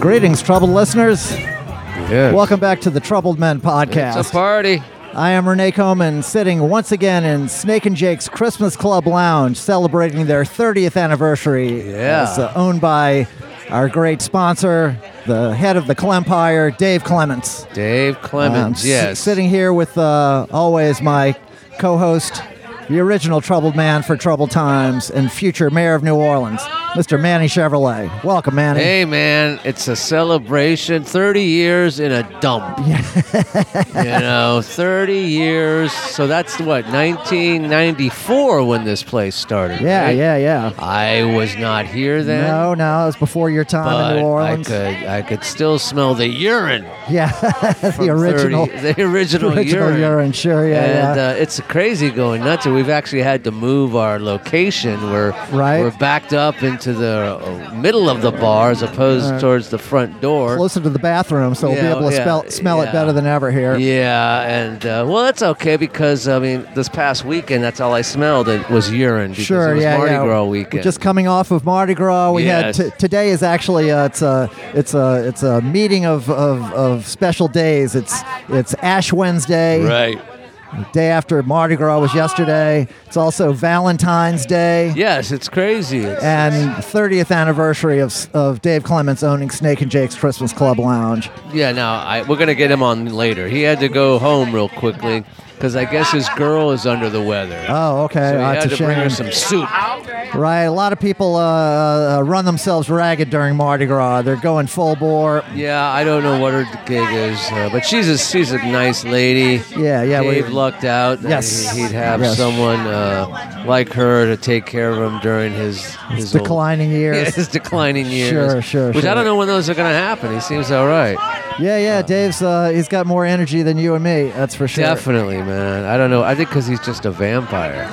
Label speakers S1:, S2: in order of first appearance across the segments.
S1: Greetings, troubled listeners.
S2: Yeah.
S1: Welcome back to the Troubled Men
S2: It's a
S1: podcast.
S2: party.
S1: I am Renee Coman, sitting once again in Snake and Jake's Christmas Club Lounge, celebrating their 30th anniversary.
S2: Yeah.
S1: It's, uh, owned by our great sponsor, the head of the Clempire, Dave Clements.
S2: Dave
S1: Uh, I'm
S2: Clemens,
S1: s-
S2: yes.
S1: sitting here with uh, always my co-host, the original troubled man for troubled times and future mayor of New Orleans, Mr. Manny Chevrolet. Welcome, Manny.
S2: Hey man, it's a celebration. Thirty years in a dump. you know, thirty years. So that's what 1994 when this place started.
S1: yeah,
S2: right?
S1: yeah, yeah.
S2: I was not here then.
S1: No, no, it was before your time in
S2: But
S1: New
S2: I
S1: Orleans.
S2: could, I could still smell the urine.
S1: Yeah, the
S2: from 30
S1: original,
S2: the original,
S1: original urine.
S2: urine.
S1: Sure, yeah,
S2: and
S1: yeah.
S2: uh, it's crazy going nuts. And we've actually had to move our location. We're
S1: Right.
S2: we're backed up into the uh, middle of the bar as opposed towards the front door.
S1: closer to the bathroom, so we'll be
S2: Yeah,
S1: able to
S2: yeah,
S1: spell, smell it
S2: yeah.
S1: better than ever here.
S2: Yeah, and uh, well, that's okay because I mean, this past weekend, that's all I smelled. It was urine. Because
S1: Sure,
S2: it was
S1: yeah,
S2: Mardi
S1: yeah.
S2: Gras weekend.
S1: Just coming off of Mardi Gras, we
S2: Yes.
S1: had t- today is actually uh, it's a it's a it's a meeting of, of, of special days. It's it's Ash Wednesday,
S2: right.
S1: day after Mardi Gras was yesterday. It's also Valentine's Day.
S2: Yes, it's crazy. It's-
S1: And 30th anniversary of, s- of Dave Clements owning Snake and Jake's Christmas Club Lounge.
S2: Yeah, no, I, we're gonna get him on later. He had to go home real quickly because I guess his girl is under the weather.
S1: Oh, okay.
S2: so he
S1: Oh,
S2: had
S1: it's a
S2: to bring her
S1: shame.
S2: some soup.
S1: Right, a lot of people uh, uh, run themselves ragged during Mardi Gras. They're going full bore.
S2: Yeah, I don't know what her gig is, uh, but she's a she's a nice lady.
S1: Yeah, yeah, we-
S2: Dave lucked out. that
S1: Yes.
S2: he- he'd have
S1: Yes.
S2: someone uh, like her to take care of him during his his old-
S1: Declining
S2: Yeah,
S1: years.
S2: his declining years.
S1: Sure, sure,
S2: Which
S1: sure.
S2: I don't know when those are going to happen. He seems all right.
S1: Yeah, yeah. Dave's uh, he's got more energy than you and me. That's for sure.
S2: Definitely, man. I don't know. I think because he's just a vampire.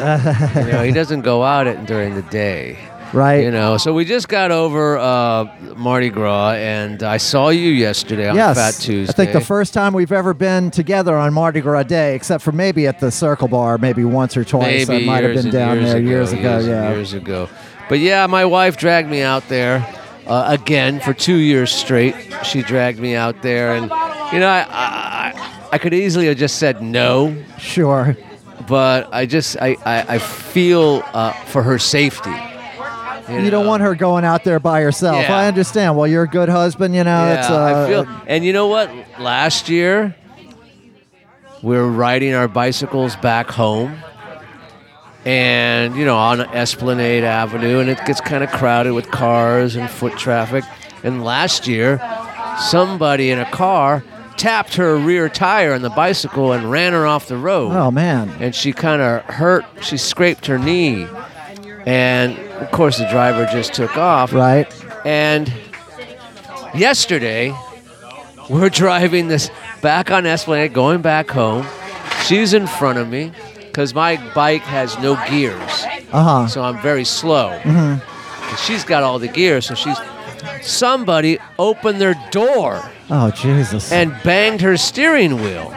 S2: you know, he doesn't go out at, during the day.
S1: Right.
S2: You know, so we just got over uh, Mardi Gras, and I saw you yesterday on
S1: yes.
S2: Fat Tuesday.
S1: I think the first time we've ever been together on Mardi Gras Day, except for maybe at the Circle Bar, maybe once or twice.
S2: maybe
S1: I might have been
S2: years and
S1: down
S2: years
S1: there
S2: ago,
S1: years ago.
S2: years and
S1: yeah.
S2: years ago. But yeah, my wife dragged me out there uh, again for two years straight. She dragged me out there, and you know, I, I, I could easily have just said no,
S1: Sure.
S2: but I just I, I, I feel uh, for her safety.
S1: You don't want her going out there by herself.
S2: Yeah.
S1: I understand. Well, you're a good husband, you know.
S2: Yeah,
S1: it's, uh,
S2: I feel. And you know what? Last year, we were riding our bicycles back home, and you know, on Esplanade Avenue, and it gets kind of crowded with cars and foot traffic. And last year, somebody in a car tapped her rear tire on the bicycle and ran her off the road
S1: Oh man.
S2: and she kind of hurt. She scraped her knee, and of course the driver just took off.
S1: Right.
S2: And yesterday, we're driving this back on Esplanade, going back home. She's in front of me because my bike has no gears,
S1: Uh huh.
S2: so I'm very slow. And she's got all the gears, so she's. Somebody opened their door
S1: Oh Jesus.
S2: and banged her steering wheel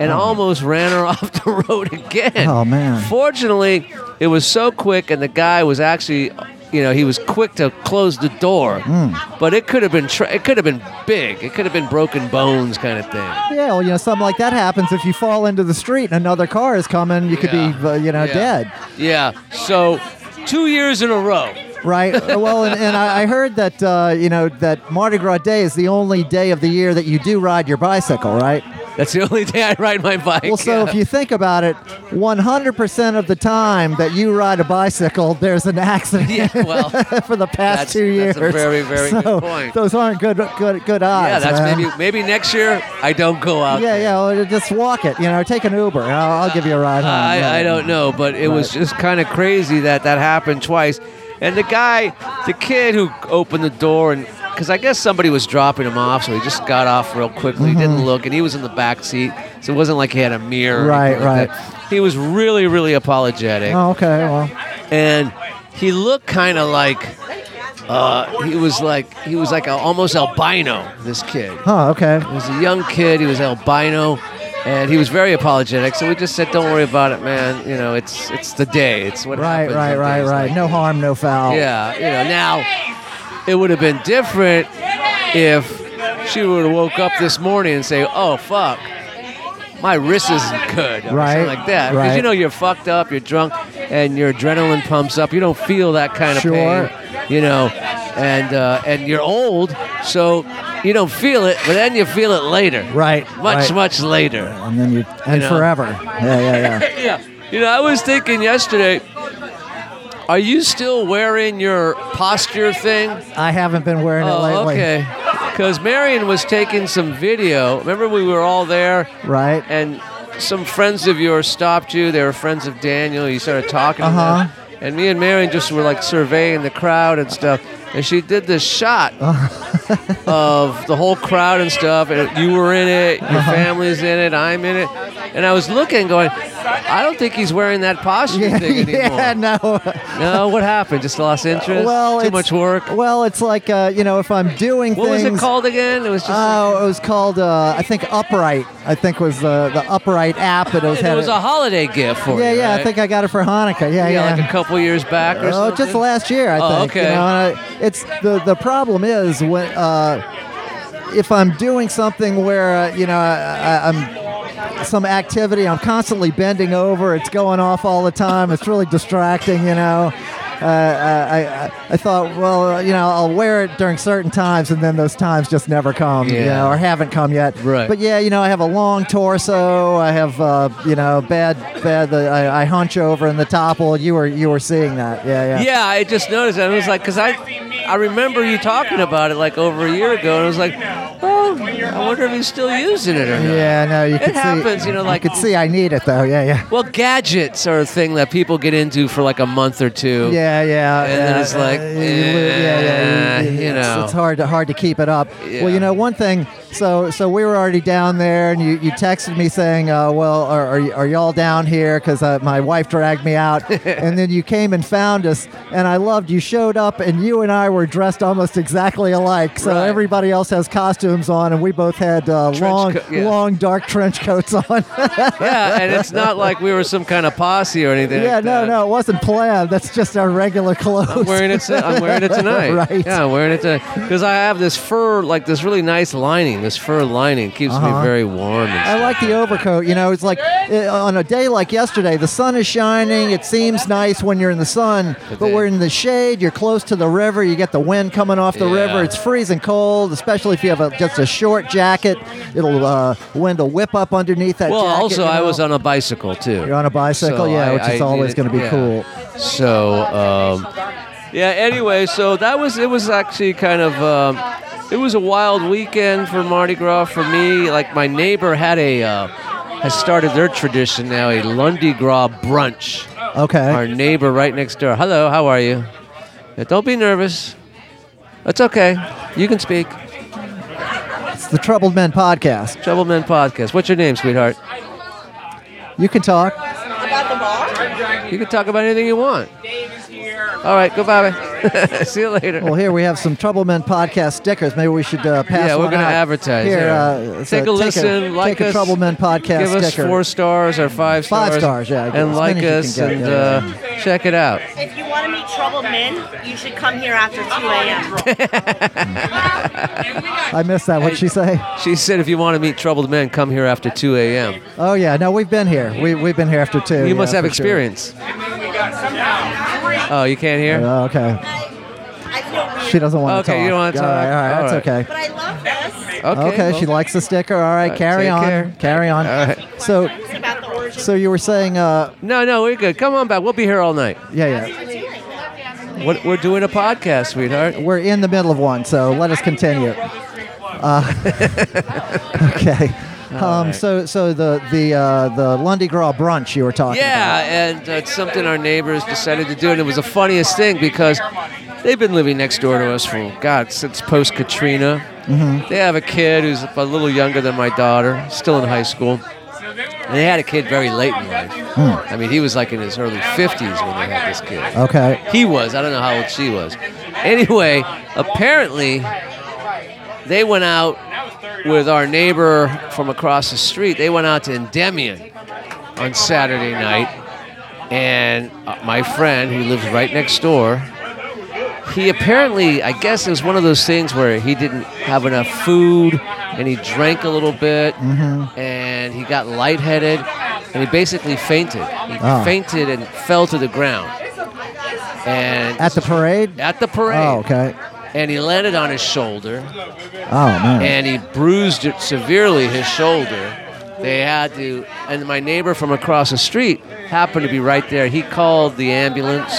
S2: and almost ran her off the road again.
S1: Oh, man.
S2: Fortunately, it was so quick and the guy was actually you know, he was quick to close the door.
S1: Mm.
S2: But it could have been tr it could have been big. It could have been broken bones kind of thing.
S1: Yeah, well, you know, something like that happens if you fall into the street and another car is coming, you could be,
S2: Yeah.
S1: uh, you know,
S2: Yeah.
S1: dead,
S2: Yeah. So 2 years in a row.
S1: right? well, and, and I, I heard that, uh, you know, that Mardi Gras Day is the only day of the year that you do ride your bicycle, right?
S2: That's the only day I ride my bike.
S1: Well, so if you think about it, 100% of the time that you ride a bicycle, there's an accident
S2: Yeah, well,
S1: for the past
S2: that's-
S1: two years.
S2: that's a very, very
S1: so
S2: good point.
S1: Those aren't good, good, good odds.
S2: yeah, that's
S1: man.
S2: maybe maybe next year I don't go out.
S1: Yeah, yeah, well, just walk it. You know, take an Uber. I'll, I'll give you a ride home. Yeah.
S2: Uh, I, I don't know, but it was just kind of crazy that that happened twice. And the guy, the kid who opened the door, and because I guess somebody was dropping him off, so he just got off real quickly, didn't
S1: Mm-hmm.
S2: look, and he was in the back seat, so it wasn't like he had a mirror. or
S1: Right,
S2: anything
S1: right.
S2: like that. He was really, really apologetic,
S1: Oh, okay, well.
S2: and he looked kind of like. Uh, he was like he was like a, almost albino. This kid,
S1: Huh, okay.
S2: he was a young kid. He was albino, and he was very apologetic. So we just said, "Don't worry about it, man. You know, it's it's the day. It's what
S1: Right,
S2: happens
S1: right,
S2: on
S1: right,
S2: days
S1: right.
S2: like
S1: No harm, no foul.
S2: that." yeah, you know. Now, it would have been different if she would have woke up this morning and say, "Oh fuck, my wrist isn't good," or
S1: Right,
S2: something like that, because
S1: right.
S2: you know you're fucked up, you're drunk, and your adrenaline pumps up. You don't feel that kind of
S1: Sure.
S2: pain, you know, and uh, and you're old, so you don't feel it, but then you feel it later,
S1: Right,
S2: Much
S1: right.
S2: much later.
S1: and then you and
S2: know.
S1: forever. Yeah, yeah, yeah.
S2: Yeah. You know, I was thinking yesterday, are you still wearing your posture thing?
S1: I haven't been wearing it
S2: Oh,
S1: lately.
S2: okay. Because Marion was taking some video. Remember, we were all there,
S1: Right.
S2: and some friends of yours stopped you. They were friends of Daniel. You started talking
S1: Uh-huh.
S2: to them. And me and Marion just were like surveying the crowd and stuff. And she did this shot
S1: Uh-huh.
S2: of the whole crowd and stuff. And you were in it, your
S1: Uh-huh.
S2: family's in it, I'm in it. And I was looking, going, I don't think he's wearing that posture thing anymore.
S1: yeah, no.
S2: No, what happened? Just lost interest?
S1: Well,
S2: Too
S1: it's-
S2: much work?
S1: Well, it's like uh, you know, if I'm doing
S2: What was
S1: things.
S2: it called again? It was just.
S1: Oh, it was called uh, I think Upright. I think was the the Upright app that it was.
S2: And
S1: had
S2: it was a holiday gift for
S1: yeah,
S2: you.
S1: yeah. I
S2: right?
S1: think I got it for Hanukkah. Yeah,
S2: yeah,
S1: yeah.
S2: like a couple years back or
S1: Oh,
S2: something.
S1: just last year, I
S2: Oh,
S1: think. you
S2: okay.
S1: know, and I- it's the the problem is when uh, if I'm doing something where uh, you know I, I, I'm some activity, I'm constantly bending over. It's going off all the time. It's really distracting, you know. Uh, I, I I thought, well, you know, I'll wear it during certain times, and then those times just never come, you
S2: Yeah.
S1: know, or haven't come yet.
S2: Right.
S1: But yeah, you know, I have a long torso. I have, uh, you know, bad, bad. The, I, I hunch over in the topple. You were, you were seeing that. Yeah, yeah.
S2: Yeah, I just noticed that. It was like, because I, I remember you talking about it like over a year ago, and I was like, oh, I wonder if he's still using it or not.
S1: Yeah, no, you could see.
S2: happens, you know, like-
S1: could see. I need it though. Yeah, yeah,
S2: Well, gadgets are a thing that people get into for like a month or two.
S1: yeah, yeah.
S2: And then
S1: yeah,
S2: it's like,
S1: uh, you li-
S2: eh, you
S1: it's-
S2: know.
S1: it's hard to hard to keep it up. Well,
S2: Yeah.
S1: you know, one thing. So, so we were already down there, and you, you texted me saying, uh, "Well, are, are, y- are y'all down here?" Because uh, my wife dragged me out, and then you came and found us, and I loved you. Showed up, and you and I were dressed almost exactly alike. So
S2: Right.
S1: everybody else has costumes on, and we both had uh, long,
S2: co- yeah.
S1: long dark trench coats on.
S2: Yeah, and it's not like we were some kind of posse or anything.
S1: Yeah,
S2: like
S1: no,
S2: that.
S1: no, it wasn't planned. That's just our regular clothes.
S2: I'm wearing it. To, I'm wearing it tonight.
S1: Right.
S2: Yeah, I'm wearing it tonight because I have this fur, like this really nice lining. This fur lining keeps
S1: Uh-huh.
S2: me very warm. And
S1: I
S2: stuff.
S1: like the overcoat. You know, it's like uh, on a day like yesterday, the sun is shining. It seems nice when you're in the sun, but
S2: then-
S1: we're in the shade. You're close to the river. You get the wind coming off the
S2: Yeah.
S1: river. It's freezing cold, especially if you have a, just a short jacket. It'll uh, wind will whip up underneath that.
S2: Well,
S1: jacket,
S2: also
S1: you
S2: I
S1: know.
S2: was on a bicycle too.
S1: You're on a bicycle,
S2: So
S1: yeah,
S2: I-
S1: which
S2: I
S1: is always
S2: needed-
S1: going to be
S2: yeah.
S1: cool.
S2: So, um, yeah. Anyway, so that was it. Was actually kind of um, it was a wild weekend for Mardi Gras for me. Like my neighbor had a uh, has started their tradition now a Lundy Gras brunch.
S1: Okay.
S2: Our neighbor right next door. Hello, how are you? Yeah, Don't be nervous. It's okay. You can speak.
S1: It's the Troubled Men podcast.
S2: Trouble Men Podcast. What's your name, sweetheart?
S1: You can talk.
S2: You can talk about anything you want. All right, goodbye. man. See you later.
S1: Well, here we have some Trouble Men podcast stickers. Maybe we should uh, pass.
S2: Yeah, we're
S1: one
S2: gonna
S1: out.
S2: advertise,
S1: Here,
S2: yeah.
S1: uh, so
S2: Take a listen,
S1: Take
S2: like
S1: a
S2: us,
S1: Trouble Men podcast
S2: Give us
S1: sticker.
S2: four stars or five stars.
S1: Five stars, yeah,
S2: And
S1: as
S2: like
S1: many as
S2: us
S1: you can
S2: and
S1: get,
S2: uh, check it out.
S3: If you want to meet troubled men, you should come here after 2 a.m.
S1: I missed that. What'd she say?
S2: She said if you want to meet troubled men, come here after 2 a.m.
S1: Oh yeah, no, we've been here. We we've been here after two.
S2: You
S1: yeah,
S2: must have
S1: for sure.
S2: experience. Oh, you can't hear?
S1: Oh, okay,
S3: I feel weird.
S1: she doesn't want to
S2: Okay,
S1: talk.
S2: you don't wanna
S1: All right, all
S2: talk?
S1: right,
S2: All
S1: that's
S2: right.
S1: okay.
S3: But I love this.
S2: Okay.
S1: Okay, she
S2: well,
S1: likes the sticker. All right,
S2: right,
S1: carry
S2: take
S1: on,
S2: care.
S1: carry on.
S2: All right.
S1: So,
S3: It's about the origin.
S1: so you were saying, uh,
S2: No, no, we're good. Come on back. We'll be here all night.
S1: yeah, yeah,
S2: What, we're doing a podcast, sweetheart.
S1: we're in the middle of one, so let us continue. Uh, okay. Um, so, so the the uh, the Lundy Gras brunch you were talking about.
S2: Yeah, and uh, it's something our neighbors decided to do, and it was the funniest thing because they've been living next door to us for God since post Katrina.
S1: Mm-hmm.
S2: They have a kid who's a little younger than my daughter, still in high school. And they had a kid very late in life.
S1: Hmm.
S2: I mean, he was like in his early 50s when they had this kid.
S1: Okay.
S2: He was. I don't know how old she was. Anyway, apparently, they went out with our neighbor from across the street. They went out to Endymion on Saturday night, and uh, my friend who lives right next door, he apparently, I guess, it was one of those things where he didn't have enough food, and he drank a little bit, and he got lightheaded, and he basically fainted. He
S1: Oh.
S2: fainted and fell to the ground. And
S1: At the parade?
S2: at the parade.
S1: Oh, okay.
S2: And he landed on his shoulder,
S1: Oh man.
S2: and he bruised it severely his shoulder. They had to, and my neighbor from across the street happened to be right there. He called the ambulance.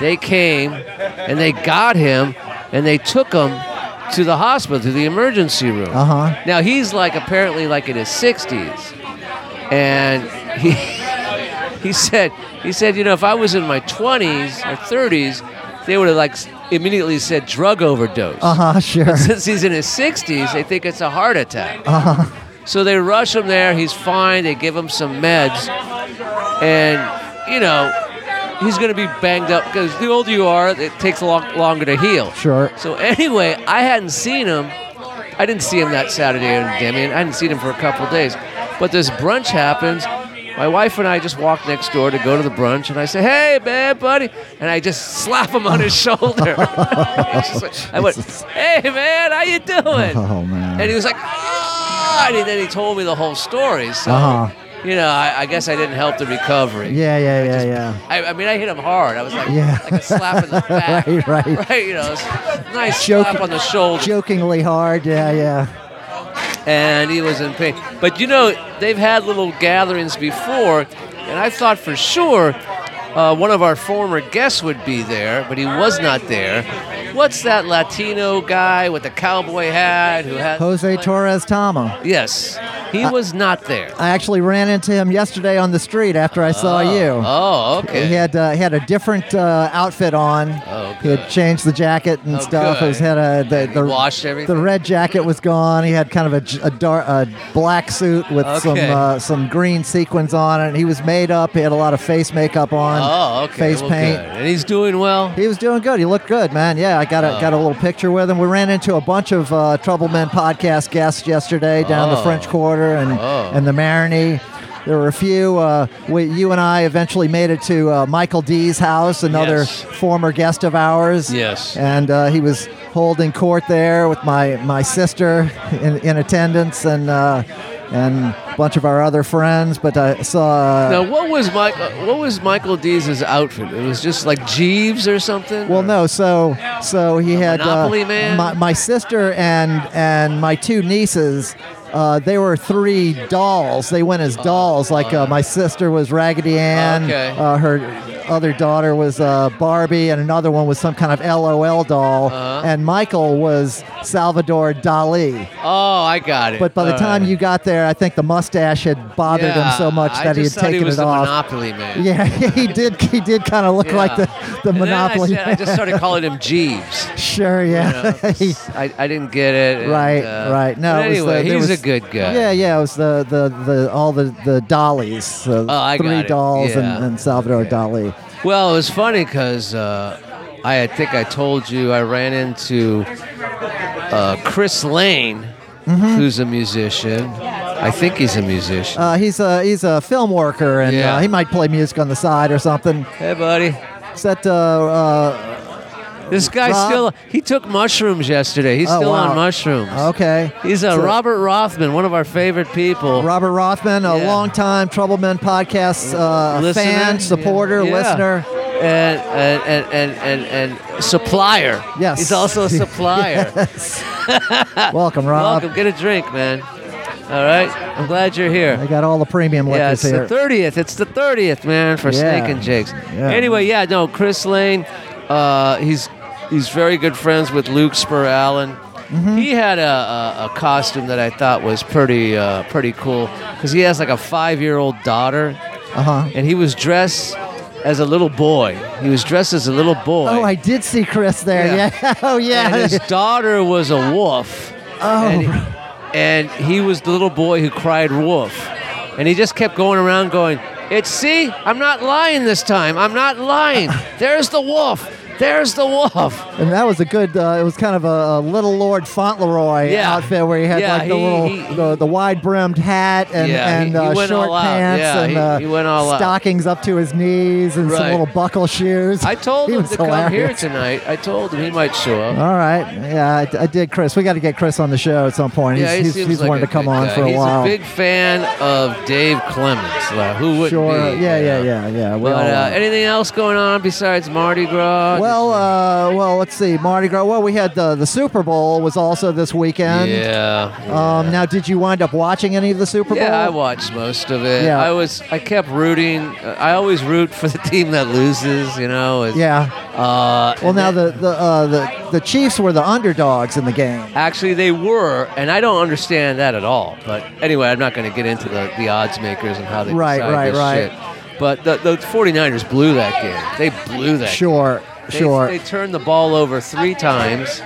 S2: They came, and they got him, and they took him to the hospital, to the emergency room.
S1: Uh-huh.
S2: Now he's like apparently like in his 60s, and he. he said he said you know if I was in my 20s or 30s they would have like s- immediately said drug overdose
S1: Uh huh. Sure.
S2: since he's in his 60s they think it's a heart attack so they rush him there he's fine they give him some meds and you know he's going to be banged up because the older you are it takes a long, longer to heal
S1: Sure.
S2: so anyway I hadn't seen him I didn't see him that Saturday in Damien I hadn't seen him for a couple days but this brunch happens my wife and I just walk next door to go to the brunch, and I say, "Hey, man, buddy," and I just slap him on his shoulder. It's just like- I went,
S1: Jesus.
S2: "Hey, man, how you doing?"
S1: Oh, man.
S2: And he was like, "Ah!" And he- then he told me the whole story. So,
S1: Uh-huh.
S2: you know, I, I guess I didn't help the recovery.
S1: Yeah. Yeah. Yeah. Yeah.
S2: I, I mean, I hit him hard. I was like,
S1: Yeah.
S2: like a slap in the back.
S1: Right, right.
S2: Right, you know, it's a nice
S1: Joke-
S2: slap on the shoulder.
S1: Jokingly hard. Yeah. Yeah.
S2: and he was in pain. But you know, they've had little gatherings before, and I thought for sure uh, one of our former guests would be there, but he was not there. What's that Latino guy with the cowboy hat who had
S1: Jose Uh, Torres Tama.
S2: Yes, he was not there.
S1: I actually ran into him yesterday on the street after I saw you.
S2: Oh, okay.
S1: He had uh, he had a different uh, outfit on.
S2: Oh,
S1: he had
S2: good.
S1: changed the jacket and
S2: Oh,
S1: stuff.
S2: good.
S1: He had a the, the
S2: washed everything?
S1: The red jacket was gone. He had kind of a, j- a dark a black suit with some
S2: Okay.
S1: uh, some green sequins on it. He was made up. He had a lot of face makeup on.
S2: oh, okay.
S1: Face
S2: well,
S1: paint.
S2: good. And he's doing well.
S1: He was doing good. He looked good, man. Yeah, I got a, got a little picture with him. We ran into a bunch of uh, Trouble Men podcast guests yesterday down the
S2: Oh.
S1: French Quarter and
S2: Oh.
S1: and the Marini. There were a few. Uh, we, you and I eventually made it to uh, Michael D's house, another
S2: Yes.
S1: former guest of ours.
S2: Yes.
S1: And uh, he was holding court there with my, my sister in, in attendance and uh, and a bunch of our other friends. But I saw.
S2: Now, what was Mike? uh, What was Michael Dees' outfit? It was just like Jeeves or something.
S1: Well, no. So, so he had uh,
S2: Monopoly Man?
S1: My, my sister and and my two nieces. Uh, they were three dolls. They went as dolls. Like uh, my sister was Raggedy Ann.
S2: Okay.
S1: Uh, her other daughter was uh, Barbie, and another one was some kind of LOL doll.
S2: Uh-huh.
S1: And Michael was Salvador Dali.
S2: Oh, I got it.
S1: But by the
S2: All
S1: time
S2: right.
S1: you got there, I think the mustache had bothered him so much
S2: I
S1: that he had
S2: just thought
S1: taken
S2: he was
S1: it
S2: the
S1: off.
S2: Monopoly man.
S1: Yeah, he did. He did kind of look
S2: Yeah.
S1: like the the
S2: And then I
S1: Monopoly.
S2: said- I, just started calling him Jeeves.
S1: Sure,
S2: you
S1: yeah.
S2: know, 'cause I, I didn't get it. and,
S1: right,
S2: uh,
S1: right. No,
S2: but
S1: it was the-
S2: anyway,
S1: there
S2: he's
S1: was-
S2: a good guy.
S1: Yeah, yeah. It was the the, the all the the dollies, the
S2: Oh, I
S1: three
S2: got it.
S1: dolls, and,
S2: Yeah.
S1: and Salvador Dali.
S2: Well, it was funny because uh, I I think I told you I ran into uh, Chris Lane,
S1: Mm-hmm.
S2: who's a musician. I think he's a musician.
S1: Uh, he's a he's a film worker, and
S2: Yeah.
S1: uh, he might play music on the side or something.
S2: hey, buddy.
S1: Is that uh, uh,
S2: This guy's
S1: Rob-
S2: still, he took mushrooms yesterday. He's
S1: Oh,
S2: still
S1: wow.
S2: on mushrooms.
S1: okay?
S2: He's a
S1: So-
S2: Robert Rothman, one of our favorite people.
S1: Robert Rothman, a
S2: Yeah.
S1: longtime Troubleman podcast uh,
S2: Listener,
S1: fan,
S2: yeah,
S1: supporter,
S2: yeah.
S1: listener.
S2: and and and and, and, and supplier.
S1: Yes.
S2: he's also a supplier.
S1: Welcome, Rob.
S2: Welcome, get a drink, man. All right, I'm glad you're
S1: I
S2: here.
S1: got all the premium
S2: Yeah,
S1: liquors
S2: it's the
S1: here.
S2: thirtieth. It's the thirtieth, man, for
S1: Yeah.
S2: Snake and Jake's.
S1: Yeah.
S2: Anyway, yeah, no, Chris Lane, uh, he's he's very good friends with Luke Spur Allen.
S1: Mm-hmm.
S2: He had a, a, a costume that I thought was pretty uh, pretty cool because he has like a five year old daughter,
S1: Uh huh.
S2: and he was dressed as a little boy. He was dressed as a little boy.
S1: Oh, I did see Chris there. Yeah.
S2: Yeah.
S1: Oh, yeah.
S2: and his daughter was a wolf.
S1: Oh,
S2: and
S1: bro.
S2: he, and he was the little boy who cried wolf, and he just kept going around going, "It's see, I'm not lying this time. I'm not lying. There's the wolf. There's the wolf.
S1: And that was a good. Uh, it was kind of a, a little Lord Fauntleroy
S2: Yeah.
S1: outfit where he had
S2: Yeah,
S1: like the
S2: he-
S1: little
S2: he-
S1: the, the wide brimmed hat and
S2: Yeah, he-
S1: and
S2: he
S1: uh,
S2: went
S1: short
S2: all out.
S1: pants
S2: Yeah,
S1: and
S2: he-
S1: uh,
S2: he went all out.
S1: stockings up to his knees and some
S2: Right.
S1: little buckle shoes.
S2: I told
S1: He
S2: him
S1: was
S2: to come here
S1: hilarious. Oh,
S2: tonight. I told him he might show up.
S1: All right, yeah, I, I did, Chris. We got to get Chris on the show at some point.
S2: yeah, he
S1: he's he's,
S2: seems
S1: he's
S2: like
S1: wanted
S2: a
S1: to come
S2: good
S1: on
S2: guy.
S1: for a
S2: He's
S1: while.
S2: big fan of Dave Clemens. Like, who would
S1: sure.
S2: be?
S1: yeah,
S2: you
S1: yeah,
S2: know?
S1: yeah, yeah. We
S2: But
S1: all-
S2: uh, anything else going on besides Mardi Gras?
S1: Well, uh, well, let's see. Mardi Gras. Well, we had the the Super Bowl was also this weekend.
S2: yeah.
S1: Um, now, did you wind up watching any of the Super Bowl?
S2: Yeah, I watched most of it.
S1: Yeah.
S2: I was, I kept rooting. uh, I always root for the team that loses, you know. It's-
S1: Yeah.
S2: Uh,
S1: Well,
S2: and
S1: now
S2: that-
S1: the the, uh, the the Chiefs were the underdogs in the game.
S2: Actually, they were, and I don't understand that at all. But anyway, I'm not going to get into the, the odds makers and how they
S1: Right,
S2: decide
S1: right,
S2: this
S1: right.
S2: shit. But the, the 49ers blew that game. They blew that.
S1: Sure,
S2: game.
S1: sure.
S2: They, they turned the ball over three times.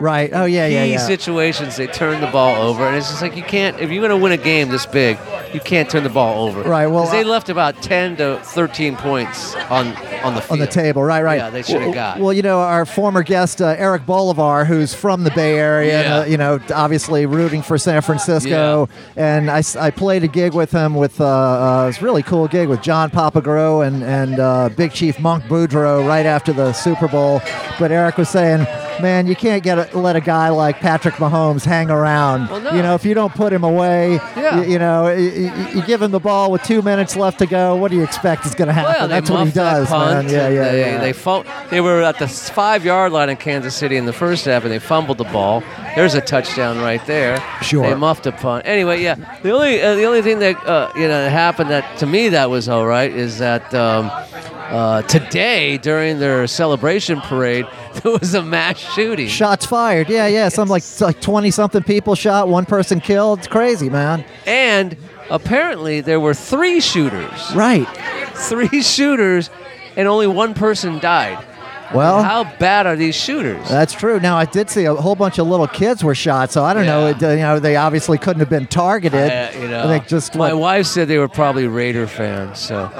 S1: right. Oh yeah, yeah,
S2: Key
S1: yeah.
S2: situations, they turned the ball over, and it's just like you can't. If you're going to win a game this big, you can't turn the ball over.
S1: Right, well, uh,
S2: 'Cause they
S1: I-
S2: left about 10 to 13 points on on the
S1: on
S2: field.
S1: the table, right, right.
S2: Yeah, they should have
S1: Well,
S2: got.
S1: Well, you know, our former guest uh, Eric Bolivar, who's from the Bay Area, and,
S2: Yeah.
S1: uh, you know, obviously rooting for San Francisco. And I, s- I played a gig with him with uh, uh, it was a really cool gig with John Papagro and and uh, Big Chief Monk Boudreaux right after the Super Bowl. But Eric was saying. Man, you can't get a, let a guy like Patrick Mahomes hang around.
S2: Well, no.
S1: You know, if you don't put him away,
S2: Yeah.
S1: you, you know, you, you give him the ball with two minutes left to go. What do you expect is going to happen?
S2: Well, they
S1: That's what he
S2: muffed that
S1: does,
S2: punt,
S1: man. Yeah,
S2: and
S1: yeah,
S2: they,
S1: yeah.
S2: They, fum- they were at the five yard line in Kansas City in the first half, and they fumbled the ball. There's a touchdown right there.
S1: Sure.
S2: They muffed a punt. Anyway, yeah. The only uh, the only thing that uh, you know happened that to me that was all right is that. Um, uh, today, during their celebration parade, there was a mass shooting.
S1: Shots fired. Yeah, yeah. Some like like twenty something people shot, one person killed. It's crazy, man.
S2: and apparently, there were three shooters.
S1: Right.
S2: Three shooters, and only one person died.
S1: Well,
S2: How bad are these shooters?
S1: that's true. Now I did see a whole bunch of little kids were shot, so I don't know.
S2: Yeah.
S1: It, uh, you know, they obviously couldn't have been targeted.
S2: Uh, you know,
S1: I think just
S2: my
S1: what-
S2: wife said they were probably Raider fans. So,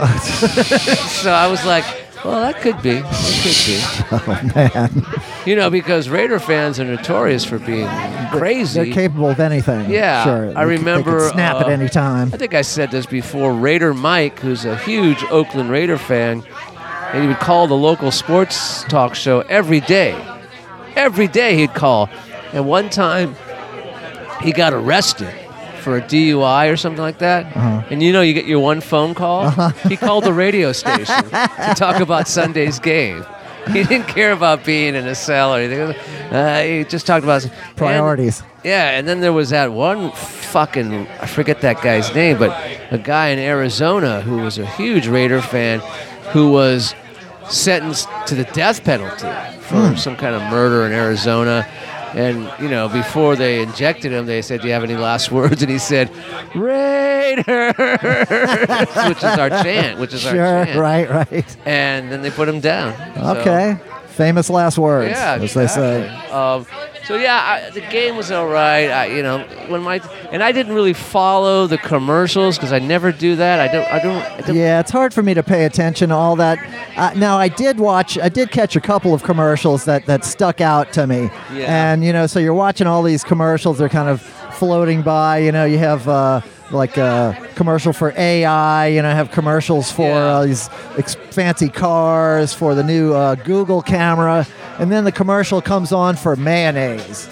S2: so I was like, well, that could be. That could be. Oh man. You know, because Raider fans are notorious for being
S1: they're
S2: crazy.
S1: capable of anything.
S2: Yeah,
S1: sure.
S2: I
S1: They c- They
S2: remember,
S1: could snap at
S2: uh,
S1: any time.
S2: I think I said this before. Raider Mike, who's a huge Oakland Raider fan, and he would call the local sports talk show every day. Every day he'd call. And one time he got arrested for a DUI or something like that. And you know, you get your one phone call. He called the radio station to talk about Sunday's game. He didn't care about being in a cell or anything. Uh, he just talked about and-
S1: Priorities.
S2: yeah, and then there was that one fucking I forget that guy's name, but a guy in Arizona who was a huge Raider fan who was sentenced to the death penalty for
S1: Hmm.
S2: some kind of murder in Arizona. And you know, before they injected him, they said, "Do you have any last words?" And he said, "Raiders," which is our chant, which is our
S1: Sure.
S2: chant.
S1: Right. Right.
S2: And then they put him down. So-
S1: Okay. Famous last words,
S2: yeah,
S1: as they say.
S2: exactly. Um, so yeah, I, the game was all right. I, you know, when my and I didn't really follow the commercials because I never do that. I don't. I don't. I don't
S1: Yeah, it's hard for me to pay attention to all that. Uh, now, I did watch, I did catch a couple of commercials that, that stuck out to me.
S2: Yeah.
S1: And, you know, so you're watching all these commercials, they're kind of floating by. You know, you have uh, like a commercial for AI, you know, have commercials for
S2: Yeah.
S1: uh, these ex- fancy cars, for the new uh, Google camera. And then the commercial comes on for mayonnaise.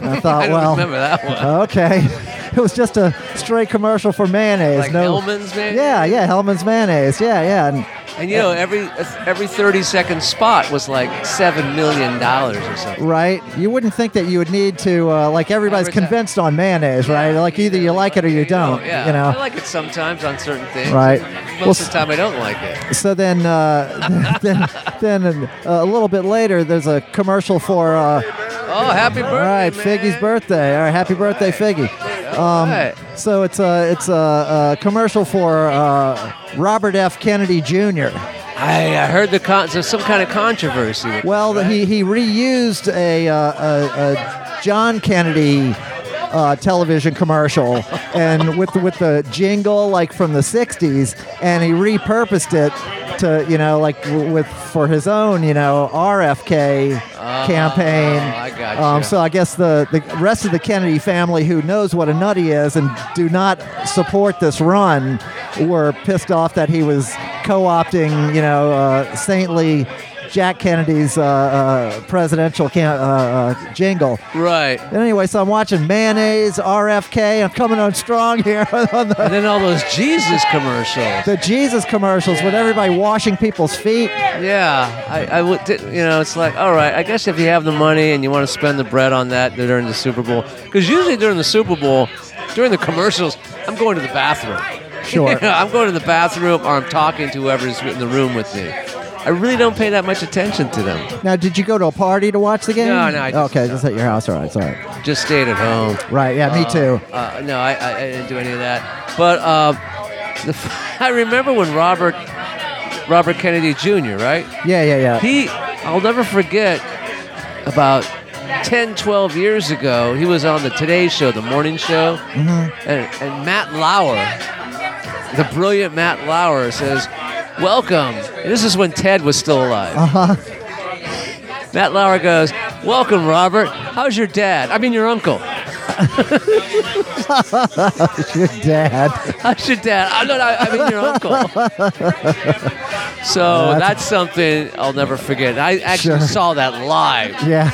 S1: And I thought,
S2: I don't
S1: well,
S2: remember that one.
S1: okay. It was just a straight commercial for mayonnaise.
S2: Like
S1: no,
S2: Hellman's mayonnaise?
S1: Yeah, yeah, Hellman's mayonnaise. Yeah, yeah. And,
S2: And you know, every every thirty second spot was like seven million dollars or something.
S1: right? You wouldn't think that you would need to, uh, like, everybody's
S2: Advertise.
S1: convinced on mayonnaise, right? Like, either you like it or you don't,
S2: yeah.
S1: you know?
S2: I like it sometimes on certain things.
S1: Right.
S2: Most
S1: Well,
S2: of the time, I don't like it.
S1: so then, uh, then, then uh, a little bit later, there's a commercial for, uh,
S2: Oh, happy birthday!
S1: all right,
S2: man.
S1: Figgy's birthday. All right, happy birthday, Figgy. Um,
S2: Right.
S1: So it's a, it's a, a commercial for uh, Robert F. Kennedy Jr.
S2: I, I heard the con- there's some kind of controversy. with
S1: Well,
S2: this,
S1: he, he reused a, uh, a, a John Kennedy uh, television commercial, and with with the jingle like from the '60s, and he repurposed it to you know like w- with for his own you know RFK campaign.
S2: Oh, I gotcha.
S1: Um, so I guess the the rest of the Kennedy family who knows what a nutty is and do not support this run were pissed off that he was co-opting you know uh, saintly. Jack Kennedy's uh, uh, presidential can- uh, uh, jingle.
S2: Right.
S1: And anyway, so I'm watching mayonnaise, RFK. I'm coming on strong here on the,
S2: And then all those Jesus commercials.
S1: the Jesus commercials with everybody washing people's feet.
S2: Yeah, I, I would, did- you know, it's like, all right, I guess if you have the money and you want to spend the bread on that during the Super Bowl, because usually during the Super Bowl, during the commercials, I'm going to the bathroom.
S1: Sure.
S2: You know, I'm going to the bathroom or I'm talking to whoever's in the room with me. I really don't pay that much attention to them.
S1: Now, did you go to a party to watch the game?
S2: No, no, I just-
S1: okay, just at your house. All right, sorry.
S2: Just stayed at home.
S1: Right, yeah, me too.
S2: Uh, no, I, I, I didn't do any of that. But uh, the, f- I remember when Robert Robert Kennedy Jr. Right,
S1: Yeah, yeah, yeah.
S2: he I'll never forget about 10, 12 years ago. He was on the Today Show, the morning show, and, and Matt Lauer, the brilliant Matt Lauer, says, "Welcome." And this is when Ted was still alive.
S1: Uh-huh.
S2: Matt Lauer goes, "Welcome, Robert. How's your dad? I mean, your uncle."
S1: Your dad.
S2: I should dad. I, no, no, I mean your uncle. so that's, something I'll never forget. I actually
S1: Sure.
S2: saw that live.
S1: Yeah.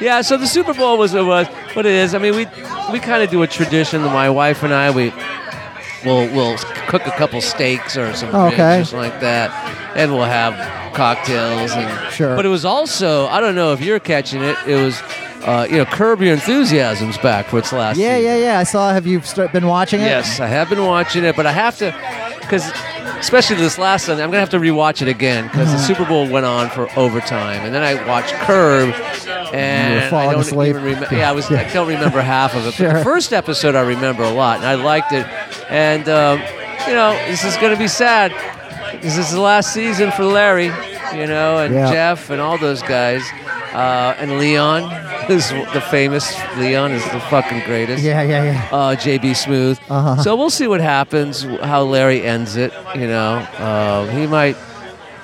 S2: Yeah. So the Super Bowl was it was what it is. I mean, we we kind of do a tradition. My wife and I we will will cook a couple steaks or some ribs
S1: Oh, Okay.
S2: or something like that, and we'll have cocktails and.
S1: Sure.
S2: But it was also I don't know if you're catching it. It was. Uh, you know, Curb Your Enthusiasm's back for its last
S1: yeah,
S2: season.
S1: yeah, yeah. I saw. Have you st- been watching it?
S2: Yes, I have been watching it, but I have to, because especially this last Sunday, I'm gonna have to rewatch it again because
S1: Uh-huh.
S2: the Super Bowl went on for overtime, and then I watched Curb, and
S1: You were falling
S2: I don't
S1: asleep.
S2: even remember. Yeah, I was. I don't remember half of it. But
S1: Sure.
S2: the first episode I remember a lot, and I liked it, and um, you know, this is gonna be sad. This is the last season for Larry, you know, and
S1: Yeah.
S2: Jeff and all those guys, uh, and Leon. Is the famous Leon is the fucking greatest
S1: Yeah, yeah, yeah.
S2: uh, JB Smooth.
S1: Uh-huh.
S2: So we'll see what happens, how Larry ends it. You know, um, he might,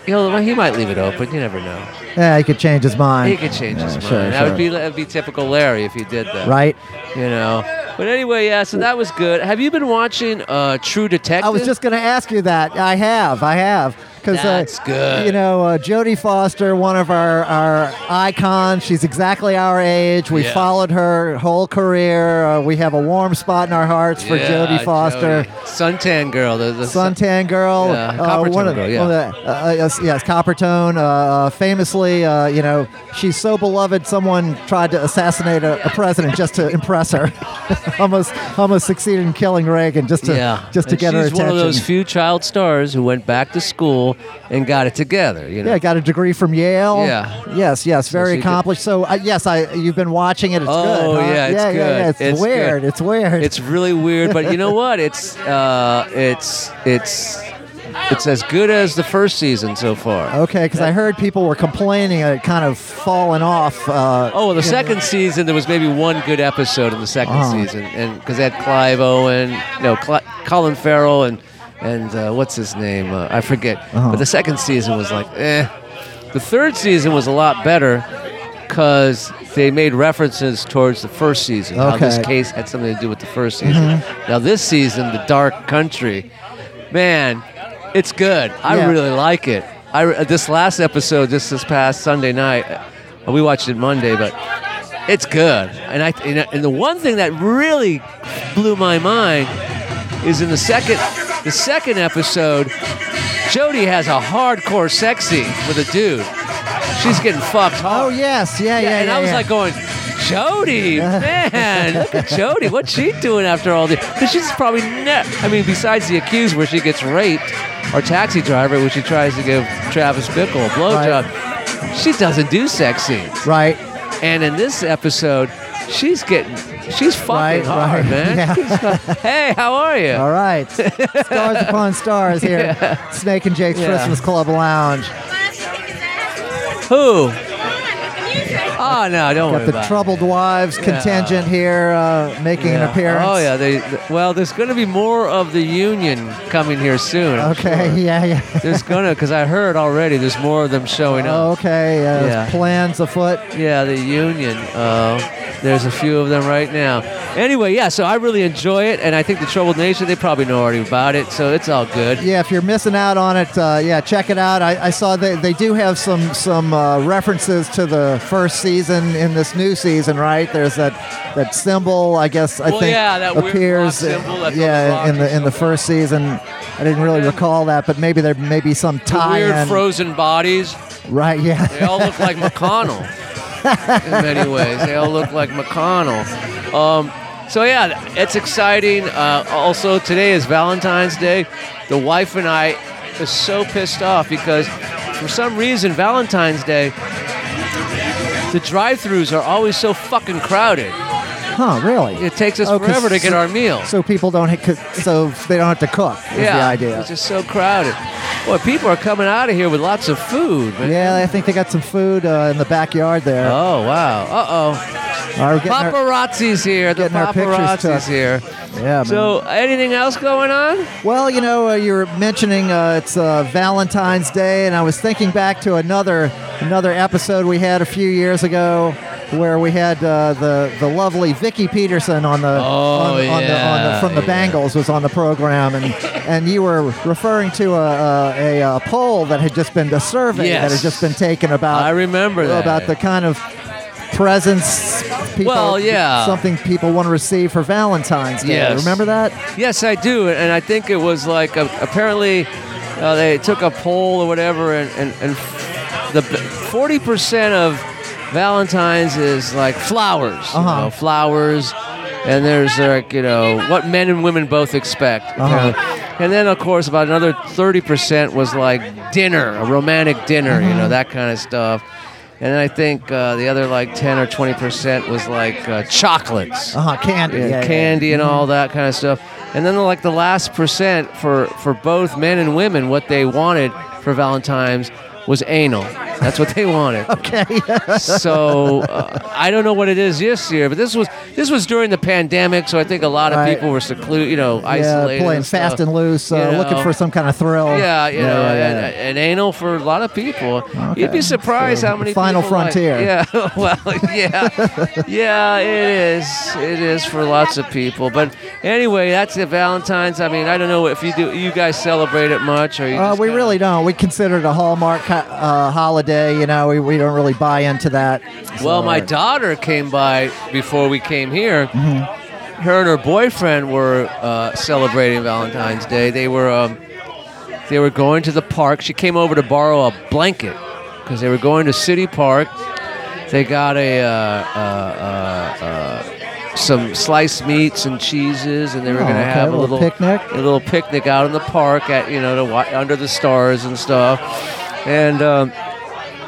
S2: he'll, he might leave it open. You never know.
S1: Yeah, he could change his mind.
S2: He could change
S1: Yeah,
S2: his mind.
S1: Sure,
S2: that
S1: sure.
S2: would be that would be typical Larry if he did that.
S1: right.
S2: You know. But anyway, yeah. So that was good. Have you been watching uh, True Detective?
S1: I was just going to ask you that. I have. I have. Because
S2: That's
S1: uh,
S2: good.
S1: You know, uh, Jodie Foster, one of our our icons. She's exactly our age. We
S2: Yeah.
S1: followed her whole career. Uh, we have a warm spot in our hearts for
S2: Yeah,
S1: Jodie Foster.
S2: Jodie. suntan girl. The, the sun-
S1: Suntan Girl, uh,
S2: Yeah, Coppertone
S1: one of,
S2: Girl, yeah.
S1: one of the- uh, uh, yes, yes, Coppertone. Uh, famously, uh, you know, she's so beloved. Someone tried to assassinate a, a president just to impress her. almost, almost succeeded in killing Reagan just to
S2: yeah,
S1: just to
S2: And
S1: get her
S2: she's
S1: attention.
S2: one of those few child stars who went back to school and got it together. You know,
S1: Yeah, got a degree from Yale.
S2: Yeah.
S1: Yes, yes, very
S2: she did-
S1: accomplished. So uh, yes, I you've been watching it. It's
S2: Oh,
S1: good. huh?
S2: yeah, it's
S1: yeah, yeah, yeah.
S2: good.
S1: It's,
S2: It's
S1: weird.
S2: good.
S1: It's weird.
S2: It's really weird, but you know what? It's uh, it's it's it's as good as the first season so far.
S1: okay because I heard people were complaining that it kind of fallen off. Uh,
S2: Oh, well, the second season there was maybe one good episode in the 2nd
S1: Uh-huh.
S2: season, and because they had Clive Owen, no, Cl- Colin Farrell, and and uh, what's his name? Uh, I forget.
S1: Uh-huh.
S2: But the second season was like, eh. The third season was a lot better because they made references towards the first season. How this
S1: Okay. Mm-hmm.
S2: case had something to do with the first season. Now this season, the Dark Country, man, it's good. I
S1: Yeah.
S2: really like it. I re- this last episode, just this past Sunday night, uh, we watched it Monday, but it's good. And I and, I- and the one thing that really blew my mind is in the second the second episode, Jody has a hardcore sex scene with a dude. She's getting fucked hard.
S1: Oh yes, yeah, yeah.
S2: Yeah, and
S1: yeah,
S2: I was
S1: yeah.
S2: like going, Jody, man, look at Jody. What's she doing after all this? Because she's probably ne- I mean, besides the accused where she gets raped, or taxi driver where she tries to give Travis Bickle a blowjob, she doesn't do sex scenes.
S1: right,
S2: And in this episode, she's getting, she's fucking
S1: Right,
S2: hard,
S1: right,
S2: man.
S1: yeah.
S2: She's like, hey, how are you?
S1: all right. stars upon stars here, at Snake and Jake's
S2: Yeah.
S1: Christmas Club Lounge.
S2: Who? Oh no, don't worry
S1: Uh, Got the
S2: about it.
S1: troubled wives contingent here uh, making an appearance.
S2: Oh yeah, they. th- Well, there's going to be more of the union coming here soon. I'm
S1: Okay.
S2: sure.
S1: Yeah. Yeah.
S2: There's gonna, because I heard already. There's more of them showing up.
S1: okay. Uh,
S2: Yeah.
S1: Plans afoot.
S2: Yeah, the union. Uh, there's a few of them right now. Anyway, yeah. So I really enjoy it, and I think the Troubled Nation. They probably know already about it, so it's all good.
S1: Yeah, if you're missing out on it, uh, yeah, check it out. I, I saw they, they do have some some uh, references to the first season in this new season, right? There's that that symbol, I guess. I
S2: Well,
S1: think
S2: yeah, that weird
S1: appears,
S2: rock symbol that's on the
S1: yeah,
S2: rock
S1: in
S2: or
S1: the in the first season. I didn't really recall that, but maybe there may be some
S2: The
S1: tie-in,
S2: weird frozen bodies.
S1: right?
S2: They
S1: Yeah,
S2: all look like McConnell in many ways. They all look like McConnell. Um, so yeah, it's exciting. Uh, also, today is Valentine's Day. The wife and I is so pissed off because for some reason Valentine's Day, the drive-throughs are always so fucking crowded.
S1: huh? Really?
S2: It takes us
S1: Oh, 'cause
S2: forever to get
S1: so-
S2: our meal.
S1: So people don't, ha- 'cause- so they don't have to cook. Is
S2: yeah,
S1: the idea.
S2: it's just so crowded. Boy, people are coming out of here with lots of food. man.
S1: yeah, I think they got some food uh, in the backyard there.
S2: Oh wow. Uh oh.
S1: All right, we're getting our-
S2: Paparazzi's here. The
S1: getting our pictures
S2: paparazzi's
S1: took.
S2: here.
S1: yeah, man.
S2: So, anything else going on?
S1: Well, you know, uh, you were mentioning uh, it's uh, Valentine's Day, and I was thinking back to another another episode we had a few years ago, where we had uh, the the lovely Vicky Peterson on the, on, on the, on
S2: Oh, yeah,
S1: the from the
S2: yeah.
S1: Bangles was on the program, and and you were referring to a a, a, uh poll that had just been a survey that had
S2: Yes.
S1: just been taken about
S2: I remember that.
S1: about the kind of presents people
S2: Well, yeah.
S1: something people want to receive for Valentine's Day.
S2: Yes.
S1: Remember that?
S2: Yes, I do, and I think it was like a, apparently uh, they took a poll or whatever, and and, and the forty percent of Valentine's is like flowers,
S1: Uh-huh.
S2: you know, flowers, and there's like you know what men and women both expect, you
S1: Uh-huh.
S2: know. and then of course about another thirty percent was like dinner, a romantic dinner, you
S1: Mm-hmm.
S2: know, that kind of stuff. And then I think uh, the other like 10 or 20% was like uh, chocolates
S1: Uh huh. Candy.
S2: and
S1: Yeah, yeah, yeah.
S2: candy and all that kind of stuff. And then like the last percent for for both men and women, what they wanted for Valentine's was anal. That's what they wanted.
S1: Okay.
S2: so uh, I don't know what it is this year, but this was this was during the pandemic, so I think a lot of
S1: Right.
S2: people were secluded, you know, isolated,
S1: yeah, playing
S2: stuff.
S1: fast and loose, uh,
S2: You know.
S1: looking for some kind of thrill.
S2: Yeah, you know,
S1: yeah,
S2: and
S1: yeah.
S2: and anal for a lot of people. You'd
S1: Okay.
S2: be surprised
S1: So,
S2: how many
S1: Final
S2: people like-
S1: Frontier.
S2: yeah, well, yeah, yeah, it is. It is for lots of people. But anyway, that's the Valentine's. I mean, I don't know if you do. You guys celebrate it much, or you?
S1: Uh,
S2: just
S1: we
S2: kinda-
S1: really don't. We consider it a Hallmark ho- uh, holiday. You know, we, we don't really buy into that.
S2: Well,
S1: So-
S2: my daughter came by before we came here.
S1: Mm-hmm.
S2: Her and her boyfriend were uh, celebrating Valentine's Day. They were um, they were going to the park. She came over to borrow a blanket because they were going to City Park. They got a uh, uh, uh, uh, some sliced meats and cheeses, and they were
S1: Oh,
S2: going to
S1: okay,
S2: have
S1: a
S2: a
S1: little
S2: little
S1: picnic.
S2: a little picnic out in the park at you know to, wa- under the stars and stuff, and. Um,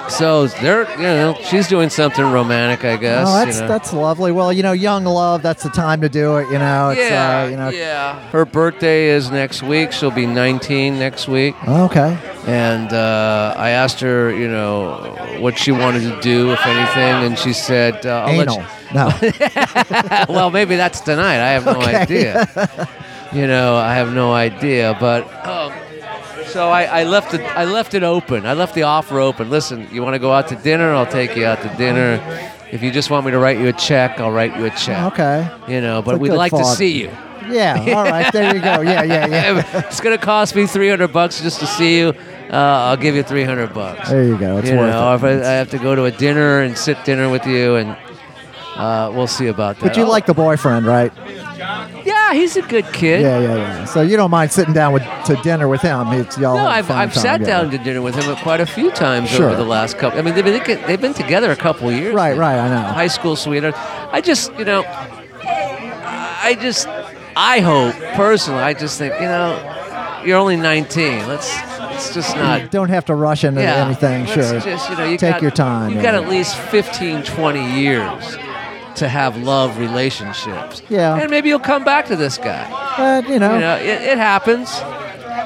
S2: so they're, you know, she's doing something romantic, I guess.
S1: Oh,
S2: you
S1: that's
S2: know.
S1: that's lovely. Well, you know, young love. That's the time to do it. You know, it's
S2: yeah,
S1: uh, you know.
S2: yeah. Her birthday is next week. She'll be 19 next week,
S1: Okay.
S2: and uh, I asked her, you know, what she wanted to do, if anything, and she said, uh, I'll let
S1: Anal. No.
S2: you- well, maybe that's tonight. I have no
S1: Okay.
S2: idea. you know, I have no idea, but. Um, so I, I left it. I left it open. I left the offer open. Listen, you want to go out to dinner? I'll take you out to dinner. If you just want me to write you a check, I'll write you a check.
S1: okay.
S2: You know,
S1: It's
S2: but
S1: a
S2: we'd
S1: good
S2: like to
S1: thought.
S2: see you.
S1: Yeah. All right. There you go. Yeah. Yeah. Yeah.
S2: it's gonna cost me 300 bucks just to see you. Uh, I'll give you 300 bucks.
S1: There you go. It's
S2: You
S1: worth
S2: know,
S1: it.
S2: if I, I have to go to a dinner and sit dinner with you, and uh, we'll see about that.
S1: But you
S2: Oh,
S1: like the boyfriend, right?
S2: Yeah, he's a good kid.
S1: Yeah, yeah, yeah. So you don't mind sitting down with to dinner with him? It's y'all.
S2: No,
S1: have
S2: I've,
S1: fun
S2: I've
S1: time
S2: sat
S1: together.
S2: down to dinner with him quite a few times
S1: Sure.
S2: over the last couple. I mean, they've been, they've been together a couple years.
S1: Right,
S2: now.
S1: right. I know.
S2: high school sweetheart. I just, you know, I just, I hope personally, I just think, you know, you're only 19. Let's, let's just
S1: You
S2: not.
S1: don't have to rush into
S2: Uh, Yeah,
S1: anything.
S2: let's
S1: Sure.
S2: Just, you know, you
S1: Take
S2: got,
S1: your time,
S2: You've
S1: yeah.
S2: got at least 15, 20 years to have love relationships.
S1: Yeah.
S2: And maybe you'll come back to this guy.
S1: but you know,
S2: You know, it, it happens.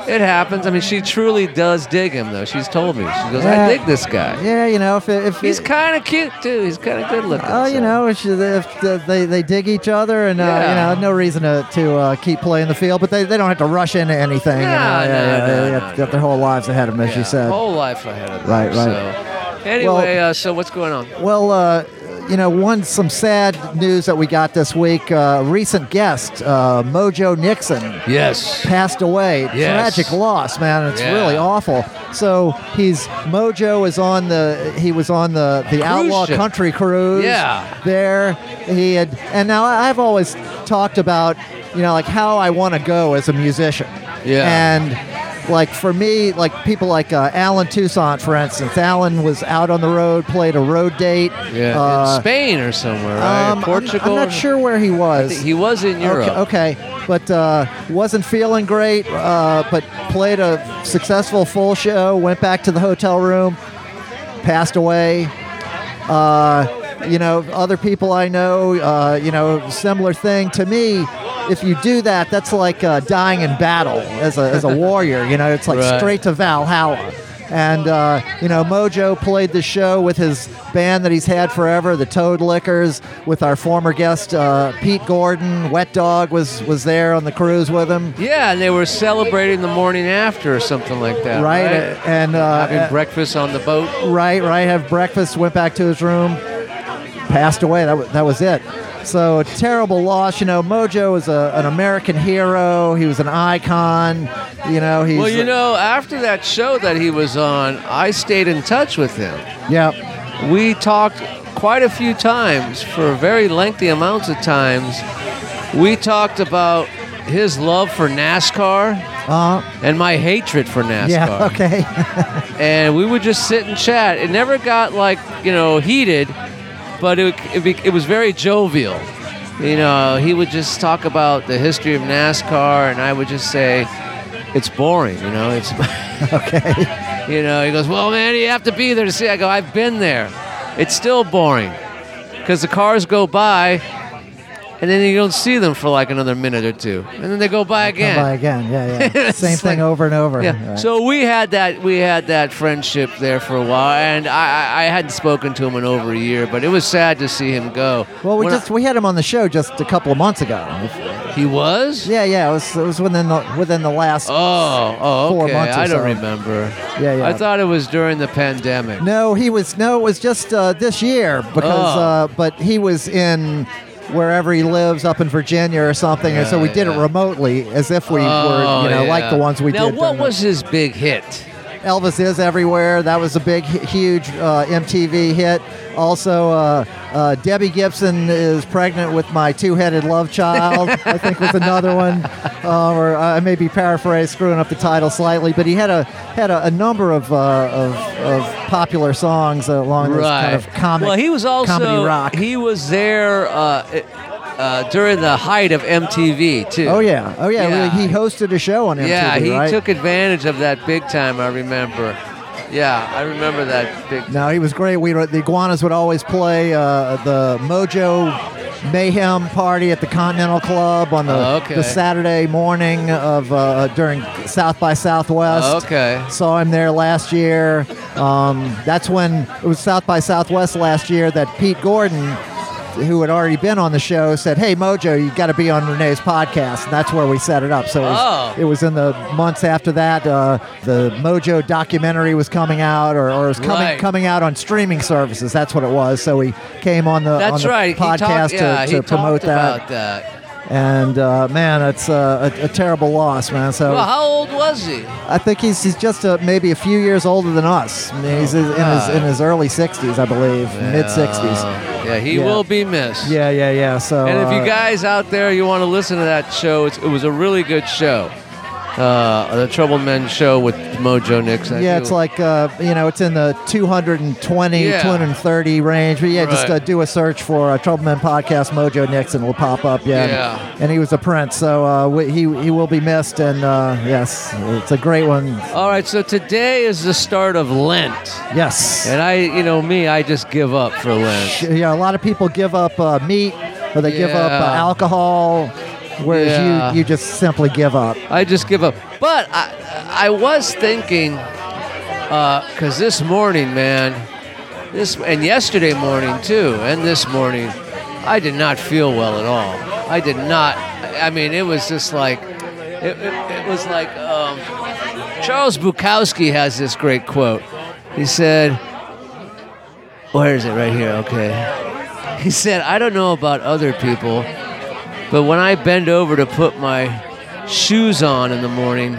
S2: It happens. I mean, she truly does dig him, though. She's told me. She goes,
S1: Yeah.
S2: I dig this guy.
S1: Yeah, you know, if it, if
S2: He's
S1: it-
S2: kind of cute, too. He's kind of good looking.
S1: Oh, you
S2: so.
S1: know, if, you- if the- they, they dig each other, and uh,
S2: Yeah.
S1: you know, no reason to, to uh, keep playing the field, but they, they don't have to rush into anything. you know,
S2: No, no,
S1: yeah,
S2: no,
S1: they
S2: no,
S1: have,
S2: no.
S1: got their whole lives ahead of them, as you
S2: Yeah, Oh.
S1: said.
S2: Whole life ahead of them.
S1: Right, right.
S2: So. Anyway,
S1: Well-
S2: uh, so what's going on?
S1: Well, uh, you know, one some sad news that we got this week. Uh, recent guest uh, Mojo Nixon
S2: Yes.
S1: passed away.
S2: Yes.
S1: Tragic loss, man. It's
S2: Yeah.
S1: really awful. So he's Mojo is on the he was on the the outlaw
S2: ship.
S1: country cruise.
S2: Yeah.
S1: There he had and now I- I've always talked about you know like how I want to go as a musician.
S2: Yeah.
S1: And like for me, like people like uh, Alan Toussaint, for instance. Alan was out on the road, played a road date.
S2: Yeah.
S1: Uh,
S2: in Spain or somewhere, right?
S1: um, I'm-
S2: Portugal.
S1: I'm, not sure where he was.
S2: He was in Europe.
S1: Okay, okay. but uh, wasn't feeling great. Uh, but played a successful full show. Went back to the hotel room. Passed away. Uh, you know, other people I know. Uh, you know, similar thing to me. If you do that, that's like uh, dying in battle as a, as a warrior. You know, it's like
S2: Right.
S1: straight to Valhalla. And uh, you know, Mojo played the show with his band that he's had forever, the Toad Lickers, with our former guest uh, Pete Gordon. Wet Dog was was there on the cruise with him,
S2: Yeah, and they were celebrating the morning after or something like that.
S1: right?
S2: Right.
S1: And uh,
S2: Having breakfast on the boat.
S1: right, right. Have breakfast. Went back to his room. Passed away. That was that was it. So a terrible loss. You know, Mojo was a, an American hero. He was an icon. You know, he's
S2: Well, you know, after that show that he was on, I stayed in touch with him.
S1: yeah.
S2: We talked quite a few times for very lengthy amounts of times. We talked about his love for NASCAR
S1: Uh,
S2: and my hatred for NASCAR.
S1: yeah. Okay.
S2: And we would just sit and chat. It never got like, you know, heated, but it, it, be, it was very jovial. You know, he would just talk about the history of NASCAR, and I would just say, it's boring, you know, it's.
S1: okay.
S2: You know, he goes, Well, man, you have to be there to see. I go, I've been there. It's still boring because the cars go by and then you don't see them for like another minute or two. And then they go by again.
S1: Come by again. Yeah, yeah.
S2: It's
S1: Same thing
S2: like-
S1: over and over.
S2: Yeah.
S1: Right.
S2: So we had that we had that friendship there for a while, and I, I- I hadn't spoken to him in over a year, but it was sad to see him go.
S1: well, we
S2: When I-
S1: just we had him on the show just a couple of months ago.
S2: he was.
S1: Yeah, yeah. It was it was within the within the last.
S2: Oh, oh,
S1: Four
S2: okay.
S1: months or
S2: I don't
S1: so.
S2: remember.
S1: Yeah, yeah.
S2: I thought it was during the pandemic.
S1: no, he was no. It was just uh, this year because.
S2: Oh.
S1: Uh, but he was in wherever he lives up in Virginia or something, and so we did it
S2: yeah.
S1: remotely as if we
S2: Oh,
S1: were you know like
S2: yeah.
S1: the ones we
S2: now,
S1: did.
S2: what
S1: during the-
S2: was his big hit?
S1: Elvis is everywhere. That was a big, hu- huge uh, MTV hit. Also, uh, uh, Debbie Gibson is pregnant with my two-headed love child. I think was another one, uh, or I may be paraphrased, screwing up the title slightly. But he had a had a, a number of, uh, of of popular songs along this kind of comic.
S2: Well, he was also
S1: comedy rock.
S2: he was there uh, uh, during the height of MTV too.
S1: oh yeah, oh yeah.
S2: Yeah.
S1: He hosted a show on MTV.
S2: yeah. He
S1: right?
S2: took advantage of that big time. I remember. Yeah, I remember that big.
S1: No, he was great. We were- the Iguanas would always play uh, the Mojo Mayhem party at the Continental Club on the,
S2: Oh, okay.
S1: the Saturday morning of uh, during South by Southwest.
S2: Oh, okay.
S1: Saw him there last year. Um, that's when it was South by Southwest last year that Pete Gordon. Who had already been on the show said, "Hey Mojo, you got to be on Renee's podcast," and that's where we set it up. So it was,
S2: Oh.
S1: it was in the months after that. Uh, the Mojo documentary was coming out, or, or it was coming
S2: Right.
S1: coming out on streaming services. That's what it was. So he came on the on
S2: That's
S1: the
S2: right. he
S1: podcast
S2: talked, yeah,
S1: to,
S2: he
S1: to promote
S2: talked
S1: that.
S2: about that.
S1: And uh, man, it's uh, a, a terrible loss, man. So
S2: Well, how old was he?
S1: I think he's, he's just uh maybe a few years older than us. I mean, he's
S2: Oh,
S1: in his in his early 60s, I believe, mid 60s.
S2: Uh, Yeah, he
S1: Yeah.
S2: will be missed.
S1: Yeah, yeah, yeah. So
S2: And if
S1: uh,
S2: you guys out there, you want to listen to that show, it's, it was a really good show. Uh, the Troubled Men show with Mojo Nixon. I
S1: Yeah,
S2: do-
S1: it's like uh, you know, it's in the 220,
S2: Yeah.
S1: 230 range. But yeah, just
S2: Right.
S1: uh, do a search for uh, Troubleman Podcast Mojo Nixon will pop up. Yeah,
S2: Yeah.
S1: and he was a prince, so uh, w- he he will be missed. And uh, yes, it's a great one.
S2: All right, so today is the start of Lent.
S1: Yes,
S2: And I, you know me, I just give up for Lent.
S1: yeah. A lot of people give up uh, meat, or they give up uh,
S2: Yeah.
S1: alcohol, whereas
S2: Yeah.
S1: you you just simply give up.
S2: I just give up. But I, I was thinking, because this morning, man, this and yesterday morning too, and this morning, I did not feel well at all. I did not. I mean, it was just like, it, it, it was like um, Charles Bukowski has this great quote. He said, oh, "Where is it? Right here. Okay." He said, "I don't know about other people." But when I bend over to put my shoes on in the morning,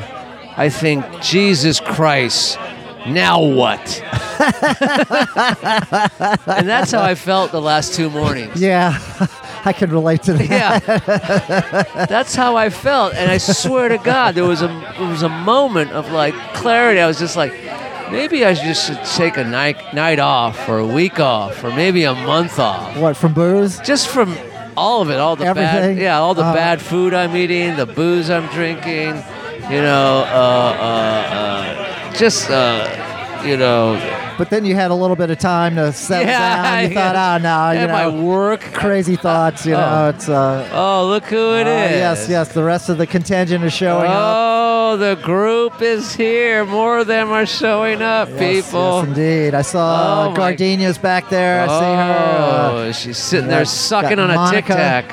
S2: I think, Jesus Christ, now what? and that's how I felt the last two mornings.
S1: Yeah, I can relate to that.
S2: Yeah, that's how I felt, and I swear to God, there was a there was a moment of like clarity. I was just like, maybe I just should take a night night off, or a week off, or maybe a month off
S1: What from booze?
S2: just from all of it, all the
S1: Everything?
S2: bad, yeah, all the
S1: Uh,
S2: bad food I'm eating, the booze I'm drinking, you know, uh, uh, uh, just uh, you know,
S1: But then you had a little bit of time to settle down. uh, You
S2: yeah.
S1: thought, oh no, you
S2: and
S1: know,
S2: my work.
S1: crazy thoughts. You know, it's. Uh,
S2: Oh, look who it is!
S1: uh, yes, yes. The rest of the contingent is showing up.
S2: Oh, the group is here. More of them are showing up,
S1: Uh, Yes,
S2: people.
S1: yes, indeed. I saw
S2: Oh,
S1: uh,
S2: my-
S1: Gardenia's back there. I see her.
S2: Oh, she's sitting
S1: yeah,
S2: there
S1: got
S2: sucking on a tic
S1: Monica.
S2: tac.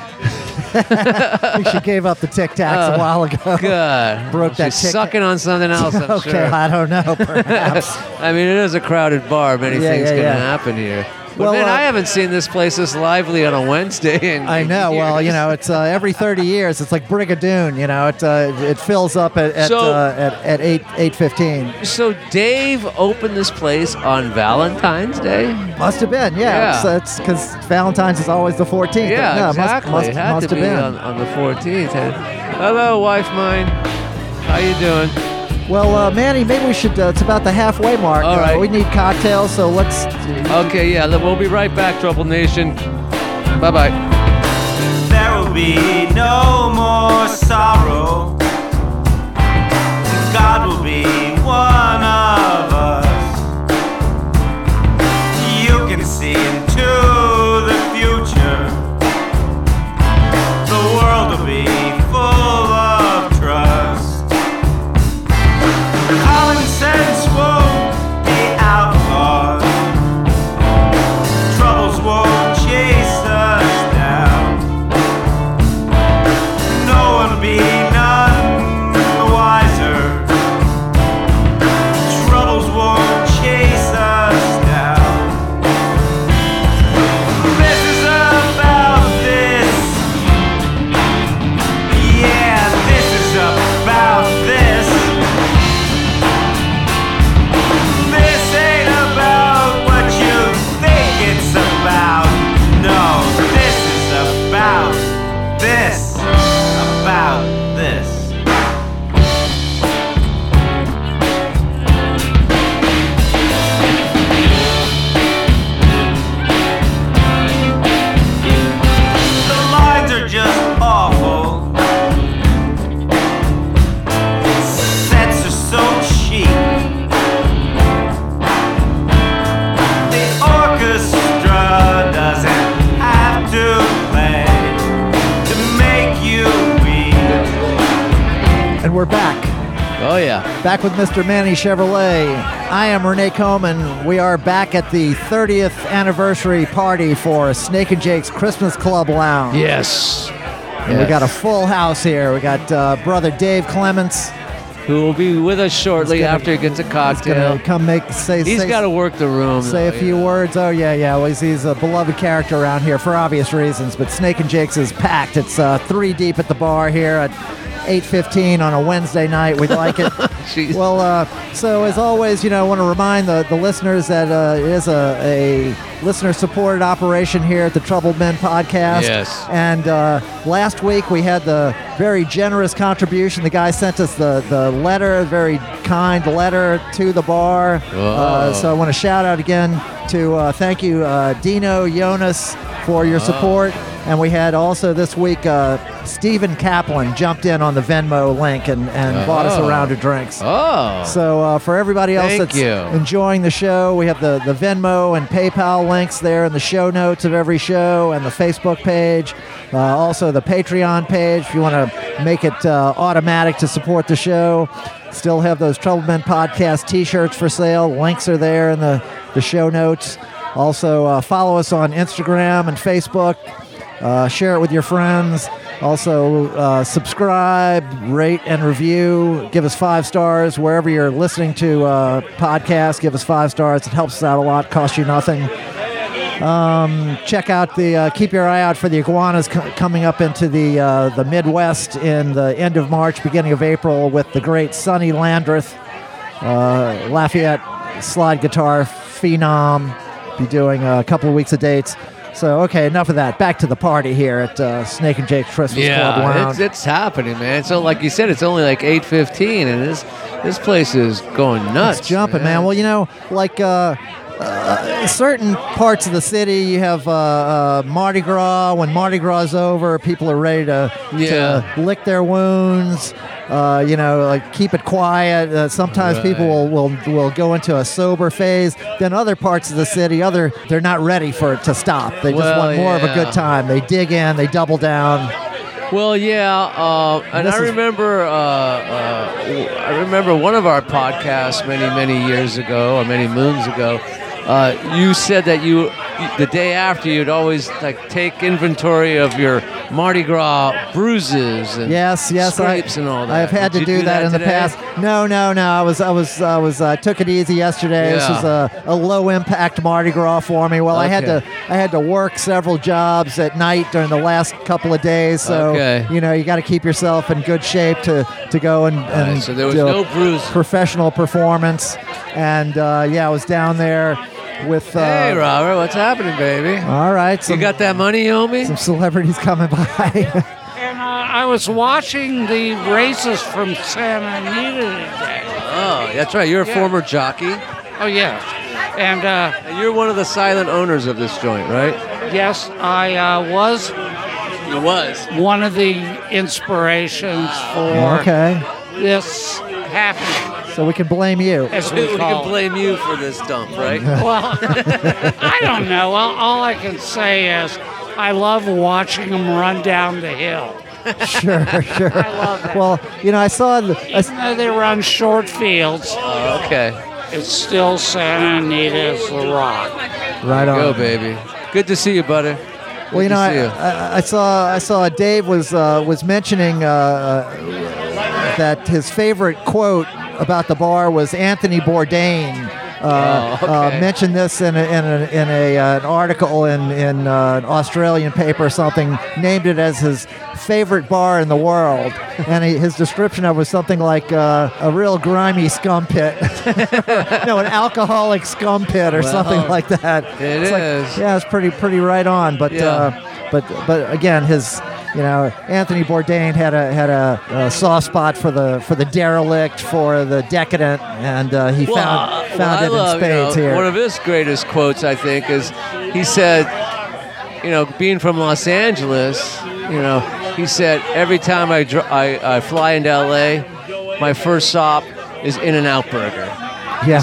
S1: I think she gave up the Tic
S2: Uh,
S1: Tacs a while ago.
S2: Good.
S1: Broke that
S2: She's
S1: tic-tac.
S2: sucking on something else. I'm
S1: okay,
S2: sure.
S1: I don't know. Perhaps.
S2: I mean, it is a crowded bar. Many
S1: Yeah,
S2: things
S1: yeah,
S2: can
S1: yeah.
S2: happen here. But
S1: Well,
S2: man,
S1: uh,
S2: I haven't seen this place this lively on a Wednesday. In
S1: I know. Well, you
S2: years.
S1: know, it's uh, every 30 years. It's like Brigadoon. You know, it uh, it fills up at at,
S2: So-
S1: uh, at, at eight eight fifteen.
S2: So Dave opened this place on Valentine's Day.
S1: Must have been.
S2: Yeah.
S1: Yeah. It's because Valentine's is always the 14th.
S2: Yeah,
S1: it must-
S2: exactly.
S1: Must,
S2: it had
S1: must
S2: to
S1: have
S2: be
S1: been.
S2: On, on the 14th. And- hello, wife mine. How you doing?
S1: Well, uh, Manny, maybe we should. Uh, it's about the halfway mark.
S2: All
S1: Uh,
S2: right.
S1: we need cocktails, so let's.
S2: Okay, yeah. look, We'll be right back, Trouble Nation. Bye bye.
S4: There will be no more sorrow. God will be one of us. You can see into the future. The world will be full of trust. Common sense won't be outlawed. Troubles won't chase us down no one be none the wiser. Troubles won't chase us down. This is about this. Yeah, this is about this. This ain't about what you think it's about. No, this is about this. About this. The lines are just awful. Sets are so cheap. The orchestra doesn't have to play to make you weep.
S1: And we're back.
S2: Oh, yeah.
S1: Back with Mr. Manny Chevrolet. I am Renee Coman. We are back at the 30th anniversary party for Snake and Jake's Christmas Club Lounge.
S2: Yes.
S1: And we got a full house here. We got uh, brother Dave Clements.
S2: Who will be with us shortly
S1: gonna-
S2: after he gets a
S1: He's gonna
S2: cocktail.
S1: come make say.
S2: He's
S1: say,
S2: got to work the room.
S1: Say a
S2: though,
S1: few words. Oh yeah, yeah. Well, he's, he's a beloved character around here for obvious reasons. But Snake and Jake's is packed. It's uh, three deep at the bar here at 8:15 on a Wednesday night. We like it.
S2: Jeez.
S1: well, uh, so as always, you know, I want to remind the, the listeners that uh, it is a, a listener-supported operation here at the Troubled Men Podcast.
S2: Yes.
S1: And uh, last week we had the very generous contribution. The guy sent us the, the letter, very kind letter to the bar. Uh,
S2: Whoa.
S1: so I want to shout out again to uh, thank you, uh, Dino Jonas, for your support. And we had also this week uh, Stephen Kaplan jumped in on the Venmo link and, and bought us a
S2: Oh.
S1: round of drinks.
S2: Oh.
S1: So uh, for everybody else
S2: Thank
S1: that's
S2: you.
S1: enjoying the show, we have the, the Venmo and PayPal links there in the show notes of every show and the Facebook page. Uh, also the Patreon page if you want to make it uh, automatic to support the show. Still have those Trouble Men podcast T-shirts for sale. Links are there in the the show notes. Also, uh, follow us on Instagram and Facebook. Uh, share it with your friends. Also, uh, subscribe, rate, and review. Give us five stars wherever you're listening to uh, podcasts. Give us five stars. It helps us out a lot. Costs you nothing check out the uh, keep your eye out for the iguanas co- coming up into the uh, the Midwest in the end of March, beginning of April, with the great Sonny Landreth, uh, Lafayette slide guitar phenom. Be doing a couple of weeks of dates. So okay, enough of that. Back to the party here at uh, Snake and Jake's Christmas Club
S2: Yeah,
S1: Lounge.
S2: it's, it's happening, man. So, like you said, it's only like eight fifteen, and this this place is going nuts.
S1: It's jumping, man. Well, you know, like uh, uh, certain parts of the city, you have uh, uh, Mardi Gras. When Mardi Gras is over, people are ready to,
S2: Yeah.
S1: to lick their wounds. Uh, you know, like keep it quiet. Uh, sometimes people will, will will go into a sober phase. Then other parts of the city, other they're not ready for it to stop. They just
S2: Well,
S1: want more of a
S2: yeah.
S1: good time. They dig in, they double down.
S2: Well, yeah, uh, and
S1: This
S2: I
S1: is-
S2: remember, uh, uh, I remember one of our podcasts many, many years ago, or many moons ago. Uh, you said that you, the day after, you'd always like take inventory of your Mardi Gras bruises and
S1: Yes, yes,
S2: scrapes
S1: I,
S2: and all that.
S1: I've had
S2: Did
S1: to
S2: you
S1: do, that, in the
S2: today?
S1: past. No, no, no. I was, I was, I was. I took it easy yesterday. This
S2: Yeah.
S1: was a, a low impact Mardi Gras for me. Well, I had to,
S2: Okay.
S1: I had to work several jobs at night during the last couple of days. So
S2: Okay.
S1: you know, you got to keep yourself in good shape to to go and. and
S2: so there was
S1: do a
S2: no bruise.
S1: Professional performance, and uh, yeah, I was down there with. Uh,
S2: Hey, Robert, what's happening, baby?
S1: all right,
S2: You
S1: some,
S2: got that money, you owe me?
S1: some celebrities coming by.
S5: And uh, I was watching the races from San Anita today.
S2: Oh, that's right. You're a
S5: Yeah.
S2: former jockey.
S5: Oh, yes. And uh,
S2: And you're one of the silent owners of this joint, right?
S5: yes, I uh, was
S2: You was.
S5: one of the inspirations for
S1: okay,
S5: this happening,
S1: so we can blame you.
S5: as
S2: We
S5: we
S2: can
S5: call it.
S2: blame you for this dump, right?
S5: Well, I don't know. All, all I can say is I love watching them run down the hill.
S1: sure, sure.
S5: I love that.
S1: Well, you know, I saw the, I, s-
S5: Even though they run short fields,
S2: Oh, okay.
S5: it's still Santa Anita's the rock.
S1: right on.
S2: Go, baby. Good to see you, buddy.
S1: Well, you
S2: Good
S1: know,
S2: to
S1: I,
S2: see you.
S1: I, I saw I saw Dave was uh, was mentioning uh, uh, that his favorite quote about the bar was Anthony Bourdain. Uh,
S2: Oh, okay.
S1: uh, mentioned this in a, in a, in a uh, an article in in uh, an Australian paper or something. Named it as his favorite bar in the world, and he, his description of it was something like uh, a real grimy scum pit. no, an alcoholic scum pit or something like that.
S2: it
S1: It's like-
S2: is.
S1: yeah, it's pretty pretty right on. But
S2: Yeah.
S1: uh, but but again, his you know Anthony Bourdain had a had a, uh soft spot for the for the derelict, for the decadent, and uh, he
S2: uh,
S1: found found
S2: I
S1: it
S2: love,
S1: in
S2: you
S1: spades
S2: know,
S1: here.
S2: One of his greatest quotes, I think, is he said, you know, being from Los Angeles, you know, he said, every time I, dr- I, I fly into LA, my first stop is In N Out Burger.
S1: yeah,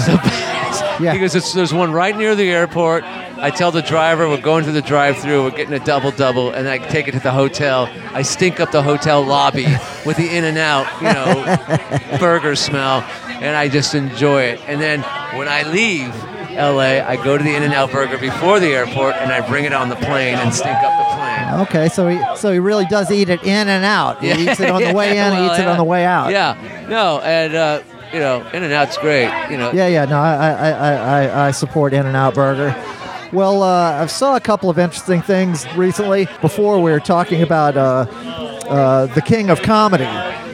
S1: Yeah.
S2: Because it's, there's one right near the airport. I tell the driver we're going through the drive-through, we're getting a double double, and I take it to the hotel. I stink up the hotel lobby with the in and out, you know, burger smell, and I just enjoy it. And then when I leave LA, I go to the in and out burger before the airport, and I bring it on the plane and stink up the plane.
S1: okay, so he so he really does eat it in and out. He eats it on the way in,
S2: Yeah,
S1: he eats it
S2: well,
S1: on the way out.
S2: Yeah, no, and uh, you know, in and out's great. You know,
S1: Yeah, yeah. No, I, I, I, I, I support In and Out Burger. Well, uh, I saw a couple of interesting things recently. Before we were talking about uh, uh, the king of comedy.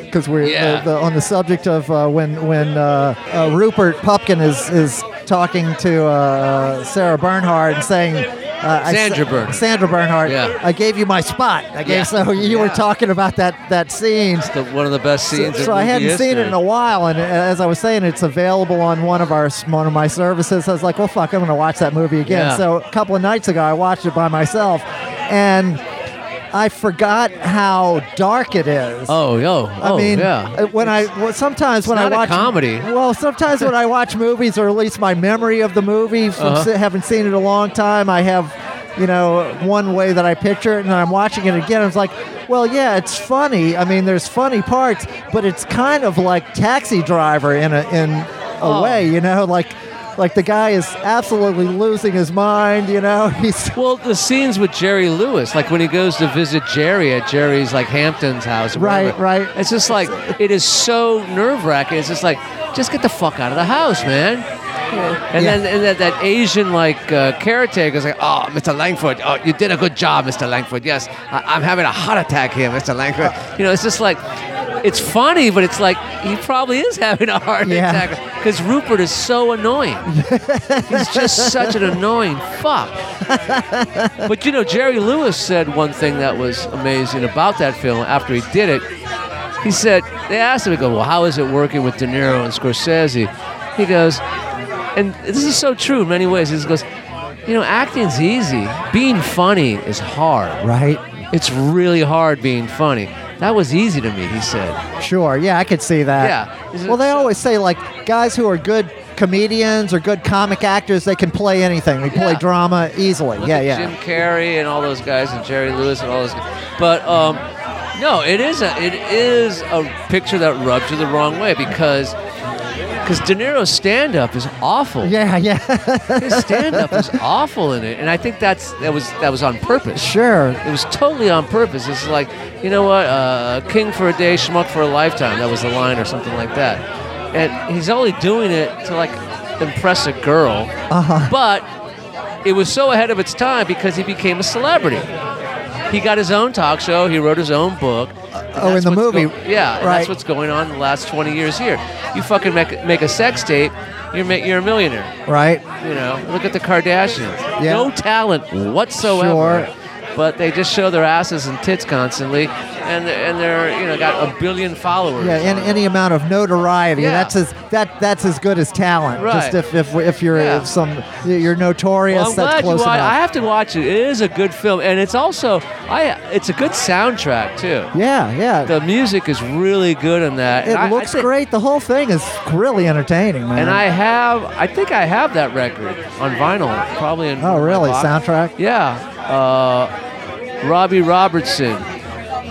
S1: Because we're
S2: Yeah.
S1: the, the, on the subject of uh, when when uh, uh, Rupert Pupkin is is talking to uh, Sarah Bernhardt and saying uh, I s-
S2: Sandra Bernhardt.
S1: Sandra Bernhardt
S2: Yeah.
S1: I gave you my spot I gave
S2: Yeah.
S1: so you were
S2: Yeah.
S1: talking about that that scene
S2: the, one of the best scenes.
S1: so,
S2: in
S1: so I
S2: movie
S1: hadn't seen it
S2: history.
S1: in a while, and as I was saying, it's available on one of our one of my services. I was like, well, fuck, I'm gonna watch that movie again.
S2: Yeah.
S1: So a couple of nights ago, I watched it by myself, and I forgot how dark it is.
S2: Oh, yo. Oh,
S1: I mean,
S2: yeah.
S1: uh, when I well, sometimes when
S2: not a
S1: I watch
S2: comedy.
S1: Well, sometimes when I watch movies, or at least my memory of the movie from
S2: Uh-huh.
S1: se- having seen it a long time, I have you know, one way that I picture it, and then I'm watching it again. I was like, well, yeah, it's funny. I mean, there's funny parts, but it's kind of like Taxi Driver in a in a
S2: Oh.
S1: way, you know, like like the guy is absolutely losing his mind. You know, he's
S2: Well, the scenes with Jerry Lewis, like when he goes to visit Jerry at Jerry's like Hampton's house. or
S1: Right,
S2: whatever,
S1: right.
S2: It's just like it is so nerve wracking. It's just like just get the fuck out of the house, man. And
S1: Yeah.
S2: then and that, that Asian like uh, caretaker is like, oh, Mr. Langford, oh, you did a good job, Mr. Langford. Yes, I- I'm having a heart attack here, Mr. Langford.
S1: Oh.
S2: You know, it's just like. It's funny, but it's like he probably is having a heart
S1: Yeah.
S2: attack because Rupert is so annoying. He's just such an annoying fuck. But you know, Jerry Lewis said one thing that was amazing about that film after he did it. He said, they asked him, he goes, Well, how is it working with De Niro and Scorsese? He goes, and this is so true in many ways. He goes, You know, acting's easy, being funny is hard.
S1: right.
S2: It's really hard being funny. That was easy to me, he said.
S1: Sure. Yeah, I could see that.
S2: Yeah. Is it-
S1: Well, they always say like guys who are good comedians or good comic actors, they can play anything. They play
S2: Yeah.
S1: drama easily.
S2: Look
S1: yeah,
S2: at
S1: yeah.
S2: Jim Carrey and all those guys, and Jerry Lewis and all those. Guys. But um, no, it is a it is a picture that rubs you the wrong way because because De Niro's stand up is awful.
S1: Yeah, yeah.
S2: His stand up is awful in it, and I think that's that was that was on purpose.
S1: sure.
S2: It was totally on purpose. It's like, you know what, uh, king for a day, schmuck for a lifetime. That was the line or something like that. And he's only doing it to like impress a girl. Uh-huh. But it was so ahead of its time because he became a celebrity. He got his own talk show. He wrote his own book. and
S1: oh, in
S2: that's
S1: the
S2: what's
S1: movie.
S2: go- yeah, and
S1: Right.
S2: that's what's going on in the last 20 years here. You fucking make, make a sex tape, you're, ma- you're a millionaire.
S1: Right.
S2: You know, look at the Kardashians.
S1: Yeah.
S2: No talent whatsoever. But they just show their asses and tits constantly, and and they're you know got a billion followers.
S1: Yeah, and any amount of notoriety.
S2: Yeah.
S1: That's as that that's as good as talent.
S2: Right.
S1: Just if if, if you're
S2: Yeah.
S1: if some you're notorious,
S2: Well, I'm
S1: that's
S2: glad you
S1: close
S2: watched. I
S1: enough.
S2: have to watch it. It is a good film, and it's also I it's a good soundtrack too.
S1: yeah, yeah.
S2: The music is really good in that.
S1: it
S2: and I- I
S1: looks
S2: think-
S1: great. The whole thing is really entertaining, man.
S2: And I have, I think I have that record on vinyl, probably in.
S1: Oh,
S2: my
S1: really?
S2: box.
S1: Soundtrack?
S2: Yeah. Uh, Robbie Robertson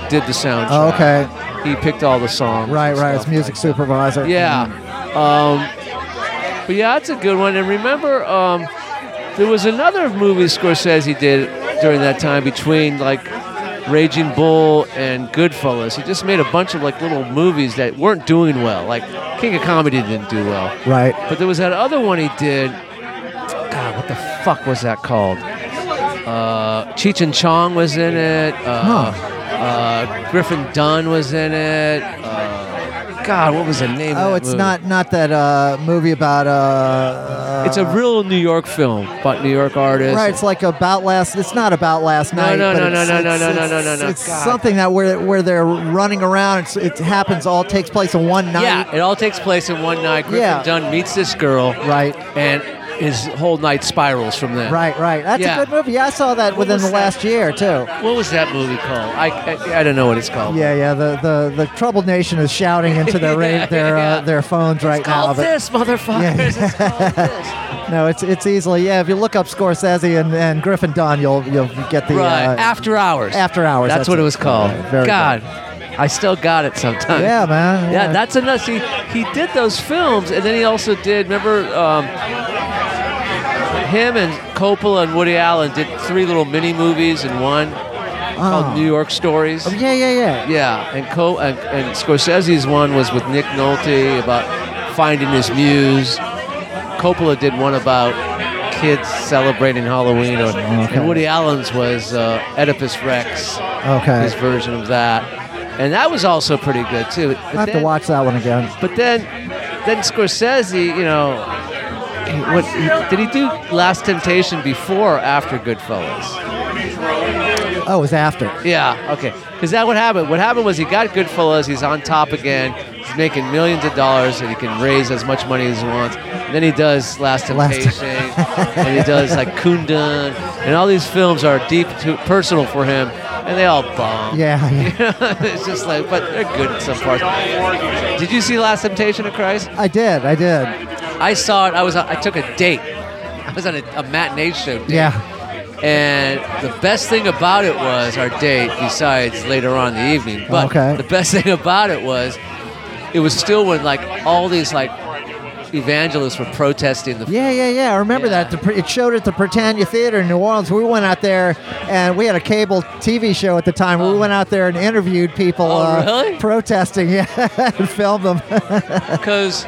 S2: did the soundtrack.
S1: Oh, okay.
S2: He picked all the songs. and
S1: right, right.
S2: stuff
S1: It's music
S2: like
S1: supervisor. Mm-hmm.
S2: that. Yeah. Um, but yeah, that's a good one. And remember, um, there was another movie Scorsese did during that time between like Raging Bull and Goodfellas. He just made a bunch of like little movies that weren't doing well. Like King of Comedy didn't do well.
S1: Right.
S2: But there was that other one he did. God, what the fuck was that called? Uh, Cheech and Chong was in it. Uh, uh, Griffin Dunn was in it. Uh, God, what was the name? of
S1: Oh,
S2: that
S1: it's
S2: movie?
S1: not not that uh, movie about. Uh,
S2: It's a real New York film about New York artists.
S1: Right, it's like about last. It's not about last night.
S2: no,
S1: but
S2: no,
S1: it's-
S2: no, no,
S1: it's-
S2: no, no, no,
S1: it's-
S2: no, no.
S1: It's
S2: God.
S1: something that where where they're running around. It's, it happens. All takes place in one night.
S2: Yeah, it all takes place in one night. Griffin
S1: Yeah.
S2: Dunn meets this girl.
S1: Right.
S2: And his whole night spirals from that.
S1: Right, right. That's
S2: Yeah.
S1: a good movie. Yeah, I saw that within
S2: was
S1: the
S2: that?
S1: last year too.
S2: What was that movie called? I, I, I don't know what it's called.
S1: Yeah, yeah. The the, the troubled nation is shouting into their ra-
S2: Yeah,
S1: their
S2: yeah.
S1: Uh, their phones right
S2: It's
S1: now.
S2: called
S1: But
S2: this, motherfuckers. It's called this.
S1: no, it's it's easily yeah. If you look up Scorsese and, and Griffin Dunn, you'll you'll get the
S2: Right.
S1: uh,
S2: after hours.
S1: After Hours,
S2: That's,
S1: that's
S2: what
S1: it.
S2: it was called.
S1: Yeah, very
S2: God, I still got it sometimes.
S1: Yeah, man.
S2: Yeah, that's another. See, he did those films, and then he also did. Remember, um, him and Coppola and Woody Allen did three little mini movies in one
S1: Oh.
S2: called New York Stories.
S1: yeah, yeah, yeah.
S2: Yeah, and Co and, and Scorsese's one was with Nick Nolte about finding his muse. Coppola did one about kids celebrating Halloween, or, and Woody Allen's was uh, Oedipus Rex,
S1: Okay.
S2: his version of that, and that was also pretty good too. But
S1: I have to
S2: then-
S1: watch that one again.
S2: But then, then Scorsese, you know, he- what he- did he do? Last Temptation before or after Goodfellas?
S1: Oh, it was after.
S2: Yeah, okay. Because that what happened. What happened was he got Goodfellas. He's on top again. He's making millions of dollars, and he can raise as much money as he wants. And then he does Last
S1: Last-
S2: Temptation, and he does like Kundan, and all these films are deep, to, personal for him, and they all bomb.
S1: Yeah, yeah.
S2: it's just like, but they're good in some parts. Did you see Last Temptation of Christ?
S1: I did. I did.
S2: I saw it. I was. on- I took a date. I was on a, a matinee show. Date
S1: Yeah.
S2: And the best thing about it was our date, besides later on in the evening. But
S1: Okay.
S2: the best thing about it was it was still when like all these like evangelists were protesting the
S1: Yeah, yeah, yeah. I remember
S2: Yeah.
S1: that. The, Pr- it showed at the Britannia Theater in New Orleans. We went out there, and we had a cable TV show at the time. We went out there and interviewed people
S2: Oh,
S1: uh,
S2: really?
S1: protesting, yeah, and filmed them.
S2: because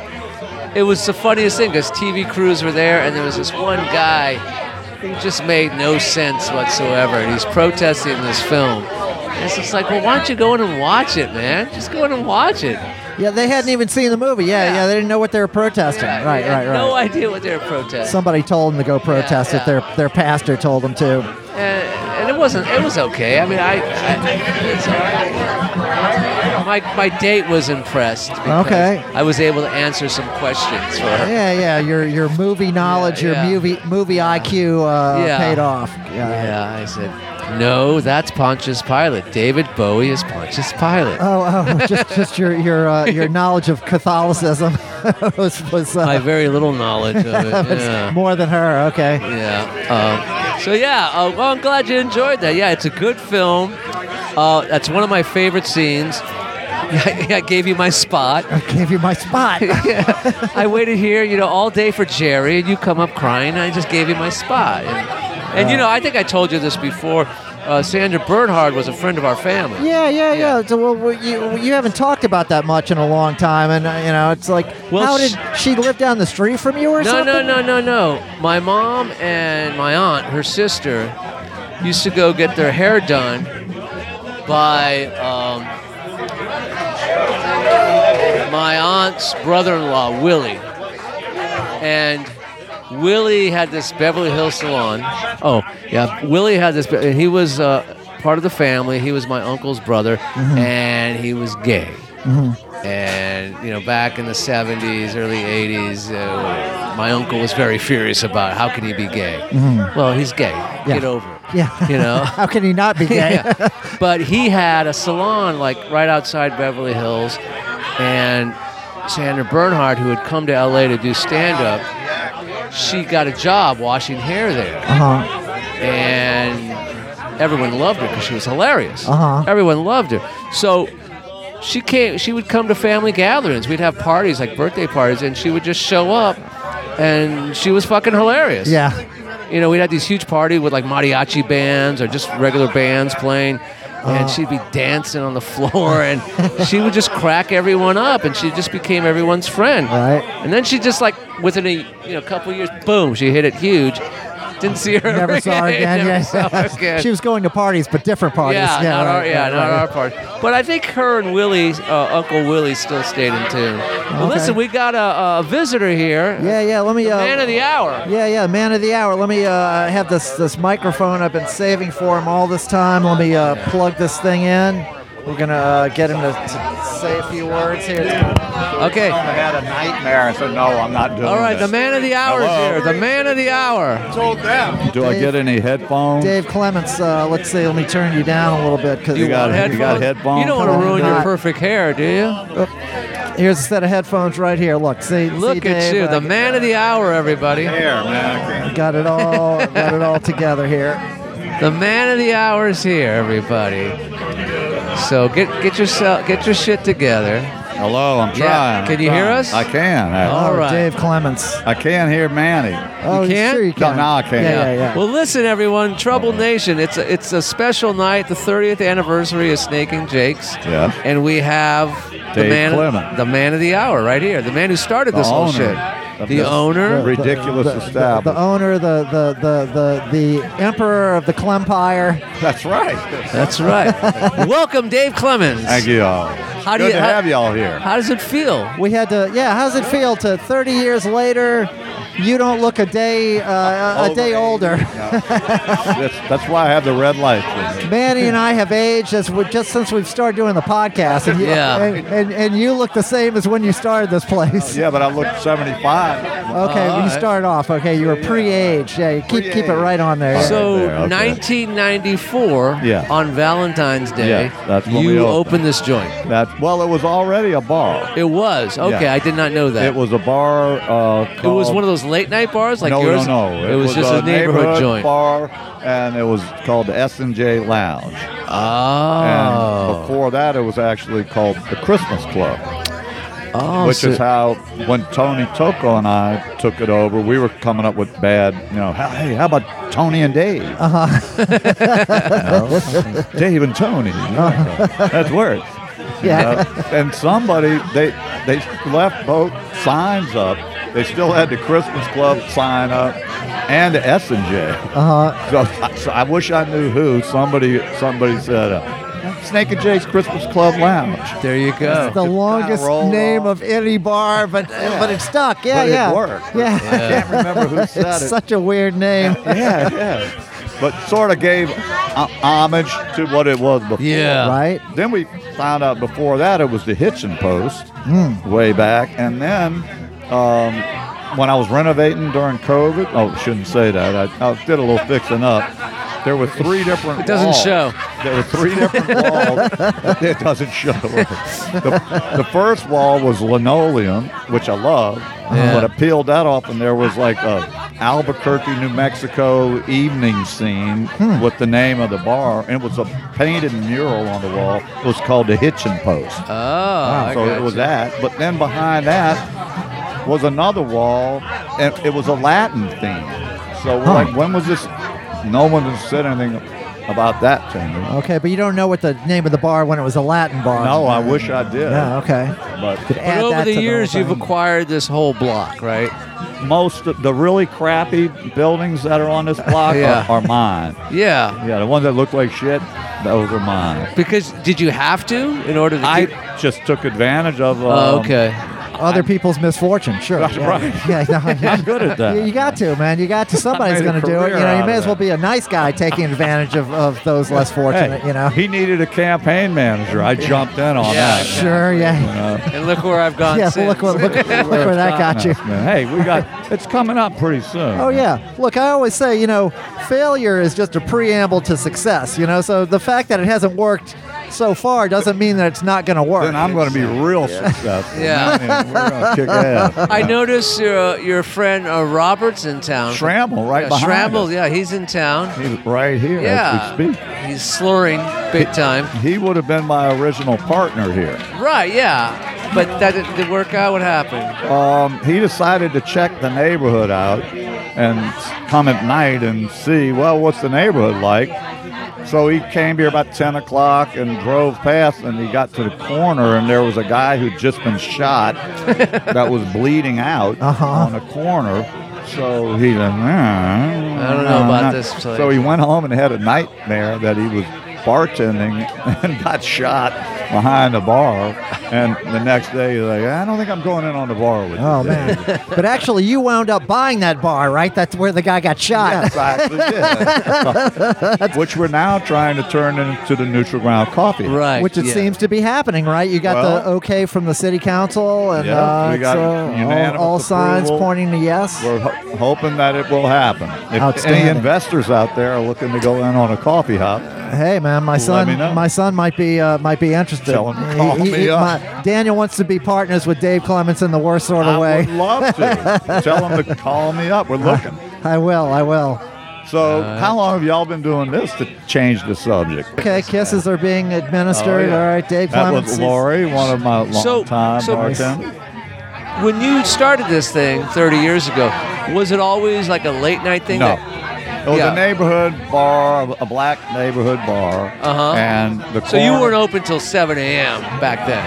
S2: it was the funniest thing because TV crews were there and there was this one guy who just made no sense whatsoever and he's protesting this film. And it's just like, well, why don't you go in and watch it, man? Just go in and watch it.
S1: yeah, they hadn't even seen the movie. Yeah, yeah,
S2: Yeah.
S1: they didn't know what they were protesting.
S2: Yeah,
S1: right,
S2: he had
S1: right, right.
S2: No idea what they were protesting.
S1: Somebody told them to go protest
S2: Yeah,
S1: it. Their their pastor told them to.
S2: and, and it wasn't. It was okay. I mean, I. I it's all right. my my date was impressed. because
S1: Okay.
S2: I was able to answer some questions for her.
S1: Yeah, yeah. Your your movie knowledge,
S2: yeah.
S1: your movie movie IQ uh,
S2: Yeah.
S1: paid off.
S2: Yeah, I said, no, that's Pontius Pilate. David Bowie is Pontius Pilate.
S1: Oh, oh just just your your uh, your knowledge of Catholicism was was uh,
S2: I have very little knowledge of it. Yeah.
S1: more than her. Okay.
S2: yeah. Um, so yeah, uh, well, I'm glad you enjoyed that. Yeah, it's a good film. Uh, that's one of my favorite scenes. I gave you my spot.
S1: I gave you my spot.
S2: I waited here, you know, all day for Jerry, and you come up crying, and I just gave you my spot. And, and you know, I think I told you this before. Uh, Sandra Bernhard was a friend of our family.
S1: Yeah, yeah, yeah.
S2: Yeah.
S1: So well, well, you you haven't talked about that much in a long time, and uh, you know it's like,
S2: Well,
S1: how
S2: sh-
S1: did she live down the street from you or
S2: No,
S1: something?
S2: no, no, no, no. My mom and my aunt, her sister, used to go get their hair done by um, my aunt's brother-in-law, Willie. And Willie had this Beverly Hills salon. Oh, yeah. Willie had this. And he was uh, part of the family. He was my uncle's brother, and he was gay. And you know, back in the '70s, early '80s, uh, my uncle was very furious about how can he be gay. Well, he's gay. Get over it.
S1: Yeah.
S2: You know.
S1: How can he not be gay?
S2: Yeah. But he had a salon like right outside Beverly Hills, and Sandra Bernhardt, who had come to LA to do stand up, she got a job washing hair there.
S1: Uh-huh.
S2: And everyone loved her because she was hilarious.
S1: Uh-huh.
S2: Everyone loved her. So she came she would come to family gatherings. We'd have parties like birthday parties and she would just show up and she was fucking hilarious
S1: Yeah.
S2: you know, we'd have these huge party with like mariachi bands or just regular bands playing.
S1: Oh.
S2: And she'd be dancing on the floor, and she would just crack everyone up, and she just became everyone's friend.
S1: Right.
S2: And then she just like within a you know couple years, boom, she hit it huge. Didn't see her.
S1: Never saw her again.
S2: Never
S1: yeah.
S2: saw her again.
S1: she was going to parties, but different parties.
S2: yeah, not
S1: right,
S2: our yeah,
S1: right,
S2: not
S1: right.
S2: our part. But I think her and Willie, uh, Uncle Willie, still stayed in tune. Well,
S1: Okay.
S2: listen, we got a, a visitor here.
S1: Yeah, yeah. Let me.
S2: The
S1: uh,
S2: man of the hour.
S1: Yeah, yeah, man of the hour. Let me uh, have this this microphone I've been saving for him all this time. Let me uh, plug this thing in. We're gonna uh, get him to, to say a few words here.
S2: Okay.
S6: I had a nightmare. I said, no, I'm not doing
S2: All right, the
S6: this.
S2: man of the hour
S6: Hello?
S2: is here. The man of the hour.
S6: Do I get any headphones?
S1: Dave Clements, uh, let's see. Let me turn you down a little bit because
S6: You got
S2: Headphones.
S6: You got headphones?
S2: You don't want to
S1: Come on,
S2: ruin your
S1: not-
S2: perfect hair, do you?
S1: here's a set of headphones right here. Look, see, see,
S2: Look at
S1: Dave,
S2: you,
S1: I
S2: the
S1: got-
S2: man of the hour, everybody.
S6: Here, man.
S1: Got it all, got it all together here.
S2: The man of the hour is here, everybody. So get get yourself get your shit together.
S6: Hello, I'm
S2: Yeah.
S6: trying.
S2: Can
S6: I'm
S2: you hear
S6: trying.
S2: us?
S6: I can. I,
S2: All
S1: oh,
S2: right.
S1: Dave Clements.
S6: I can hear Manny.
S1: Oh,
S2: can?
S1: sure you
S6: No,
S1: can.
S6: no, I can't.
S1: Yeah, yeah, yeah.
S2: Well, listen, everyone. Trouble Nation. It's a, it's a special night, the 30th anniversary of Snake and Jake's.
S6: Yeah.
S2: And we have the
S6: Dave
S2: man,
S6: Clement.
S2: the man of the hour, right here. The man who started
S6: The
S2: this whole
S6: owner
S2: shit.
S6: of
S2: The
S6: this
S2: owner.
S6: Ridiculous
S1: the, the-
S6: establishment.
S1: The, owner, the the the the the emperor of the Clempire.
S6: That's right.
S2: That's right. Welcome, Dave Clemens.
S6: Thank you all.
S2: How do
S6: Good
S2: you-
S6: to
S2: how-
S6: have y'all here.
S2: How does it feel?
S1: We had to, yeah. How's it feel to 30 years later? You don't look a day uh, a
S6: Older.
S1: day older.
S6: that's, that's why I have the red light. with me.
S1: Manny and I have aged as we, just since we've started doing the podcast, and you,
S2: Yeah.
S1: and, and, and you look the same as when you started this place.
S6: Yeah, but I look 75.
S1: Okay, when you
S2: Alright.
S1: started off, okay, you were pre-age. Yeah, you keep keep it right on there.
S2: So,
S6: there, okay.
S2: 1994,
S6: Yeah.
S2: on Valentine's Day,
S6: Yeah, that's when we
S2: you
S6: opened.
S2: opened this joint.
S6: That well, it was already a bar.
S2: It was okay.
S6: Yeah.
S2: I did not know that.
S6: It was a bar. Uh,
S2: It was
S6: called-
S2: one of those late night bars like
S6: no,
S2: yours.
S6: no, no.
S2: It, was, just a neighborhood, joint.
S6: bar and it was called the S and J Lounge. And
S2: Oh.
S6: before that, it was actually called the Christmas Club,
S2: oh
S6: which
S2: so-
S6: is how when Tony Toko and I took it over, we were coming up with bad, you know, hey, how about Tony and Dave? Uh huh. Dave and Tony. That's worse.
S1: Yeah.
S6: Uh, and somebody they they left both signs up. They still had the Christmas Club sign up and the S and J. Uh-huh. So, I- so I wish I knew who. Somebody somebody said uh, Snake and Jay's Christmas Club Lounge.
S2: there you go.
S1: the longest
S6: roll
S1: name
S6: off.
S1: of any bar, but but it stuck. Yeah,
S6: but
S1: yeah.
S6: it worked.
S1: Yeah.
S6: I can't remember who said
S1: It's
S6: it.
S1: such a weird name.
S6: yeah, yeah. But sort of gave uh, homage to what it was before.
S2: Yeah.
S1: Right?
S6: Then we found out before that it was the Hitchin Post
S1: Hmm.
S6: way back. And then um, when I was renovating during COVID, oh, shouldn't say that. I, I did a little fixing up. There were three different. It
S2: doesn't show.
S6: There were three different walls. it doesn't show. The, the first wall was linoleum, which I love, but I peeled that off, and there was like a Albuquerque, New Mexico evening scene
S2: Hmm.
S6: with the name of the bar, and it was a painted mural on the wall. It was called the Hitchin Post.
S2: Oh, I
S6: so it
S2: gotcha.
S6: was that. But then behind that was another wall, and it was a Latin theme. So we're like, when was this? No one has said anything about that to me.
S1: Okay, but you don't know what the name of the bar when it was a Latin bar.
S6: No, I wish I did.
S1: Yeah, okay.
S6: But
S1: Add
S2: But
S1: that
S2: over
S1: to
S2: the
S1: the
S2: years,
S1: whole
S2: you've
S1: thing.
S2: acquired this whole block, right?
S6: most of the really crappy buildings that are on this block
S2: Yeah.
S6: are, are mine.
S2: Yeah.
S6: Yeah, the ones that look like shit, those are mine.
S2: Because did you have to in order to
S6: I
S2: keep?
S6: just took advantage of. Um,
S2: Oh, okay.
S1: Other people's misfortune, sure.
S6: That's
S1: yeah.
S6: right.
S1: Yeah, no, yeah.
S6: I'm good at that.
S1: You, you got to, man. You got to. Somebody's
S6: made a
S1: going to do it. You
S6: career
S1: know,
S6: out
S1: you may
S6: of
S1: as well
S6: that.
S1: be a nice guy taking advantage of, of those less fortunate,
S6: Hey,
S1: you know?
S6: he needed a campaign manager. I jumped in on
S2: Yeah.
S6: that.
S1: Sure, yeah.
S2: And look where I've gone
S1: Yeah,
S2: since.
S1: look, what- look, look where that got you.
S6: Man, Hey, we got it's coming up pretty soon.
S1: Oh yeah. Look, I always say, you know, failure is just a preamble to success. You know, so the fact that it hasn't worked so far doesn't mean that it's not going to work.
S6: Then I'm going to be real successful.
S2: Yeah.
S6: Man, we're going to kick ass.
S2: I noticed your your friend uh, Robert's in town.
S6: Shramble right
S2: yeah,
S6: behind.
S2: Shramble,
S6: us.
S2: yeah, he's in town.
S6: He's right here
S2: Yeah,
S6: as we speak.
S2: he's slurring big time.
S6: He would have been my original partner here.
S2: Right, yeah, but that didn't work out. What happened?
S6: Um, he decided to check the neighborhood out and come at night and see, well, what's the neighborhood like? So he came here about 10 o'clock and drove past, and he got to the corner, and there was a guy who'd just been shot that was bleeding out
S2: Uh-huh.
S6: on a corner. So he said, I
S2: don't know about this place."
S6: So he went home and had a nightmare that he was bartending and got shot behind the bar. And the next day, he's like, I don't think I'm going in on the bar with you.
S1: Oh man! but actually, you wound up buying that bar, right? That's where the guy got shot.
S6: Yes, I actually did. Which we're now trying to turn into the neutral ground coffee.
S2: Right,
S1: Which it
S2: yeah.
S1: seems to be happening, right? You got the
S6: Well-
S1: okay from the city council, and
S6: Yeah,
S1: uh,
S6: we
S1: it's,
S6: got
S1: uh, all,
S6: unanimous
S1: all signs
S6: approval.
S1: pointing to yes.
S6: We're ho- hoping that it will happen. If any
S1: Outstanding.
S6: investors out there are looking to go in on a coffee hop,
S1: hey, man, my
S6: let me
S1: son,
S6: know.
S1: my son might be uh, might be interested.
S6: Tell him to call me up.
S1: Daniel wants to be partners with Dave Clements in the worst sort of
S6: I
S1: way.
S6: would love to. Tell them to call me up. We're looking.
S1: I will. I will.
S6: So, how long have y'all been doing this to change the subject?
S1: Okay, kisses are being administered.
S6: Oh, yeah.
S1: All right, Dave
S6: That
S1: Clements.
S6: was
S1: is-
S6: Lori, one of my
S2: So-
S6: longtime
S2: so-
S6: bartenders.
S2: When you started this thing 30 years ago, was it always like a late night thing?
S6: No.
S2: that-
S6: It was
S2: Yeah.
S6: a neighborhood bar, a black neighborhood bar,
S2: Uh-huh.
S6: and the
S2: so you
S6: corner-
S2: weren't open till 7 a.m. back then.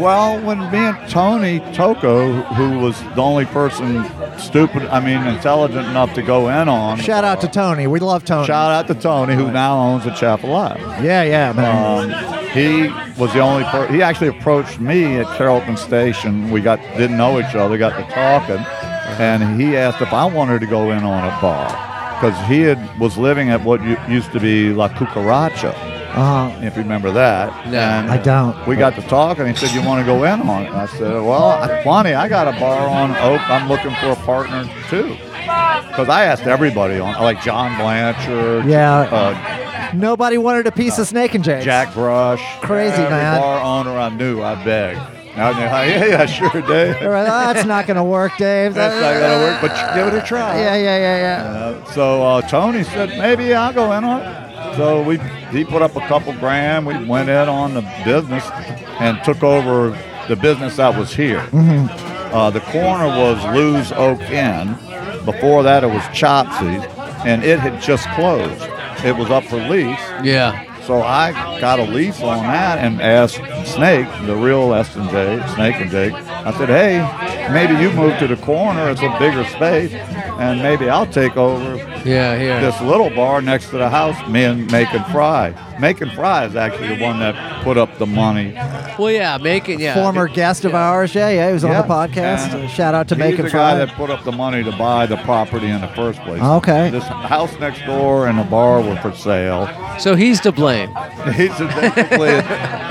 S6: Well, when me and Tony Toko, who was the only person stupid, I mean, intelligent enough to go in on.
S1: Shout out to Tony. We love Tony.
S6: Shout out to Tony, who now owns a Chapel Live.
S1: yeah, yeah, man.
S6: Um, he was the only person. He actually approached me at Carrollton Station. We got didn't know each other, got to talking, and he asked if I wanted to go in on a bar because he had was living at what u- used to be La Cucaracha
S1: Uh,
S6: if you remember that.
S2: No.
S6: And
S1: I don't.
S6: We got to talk, and he said, "You want to go in on it?" And I said, "Well, I- funny, I got a bar on Oak. I'm looking for a partner too." Because I asked everybody on, like John Blanchard,
S1: Yeah.
S6: uh,
S1: nobody wanted a piece of Snake and Jake's.
S6: Jack Brush,
S1: Crazy,
S6: every
S1: man.
S6: bar owner I knew. I begged, Now they're like, yeah, yeah, sure, Dave.
S1: They're like, "Ah, that's not going to work, Dave.
S6: That's not gonna work, but you give it a try.
S1: Yeah, yeah, yeah, yeah.
S6: Uh, so uh, Tony said, maybe I'll go in on it. So we he put up a couple grand. We went in on the business and took over the business that was here.
S1: Mm-hmm.
S6: Uh, the corner was Lou's Oak Inn. Before that, it was Chopsy, and it had just closed. It was up for lease.
S2: Yeah.
S6: So I got a lease on that and asked Snake, the real S and J, Snake and Jake. I said, "Hey, maybe you move to the corner. It's a bigger space, and maybe I'll take over
S2: Yeah, here.
S6: this little bar next to the house. Me and Macon Fry. Macon Fry is actually the one that put up the money.
S2: well, yeah, making, yeah.
S1: Former guest of ours, yeah, yeah, he was on
S6: Yeah.
S1: the podcast.
S6: And
S1: Shout out to
S6: he's
S1: Macon
S6: the guy
S1: Fry.
S6: that put up the money to buy the property in the first place.
S1: Okay.
S6: This house next door and the bar were for sale.
S2: So he's to blame.
S6: He said basically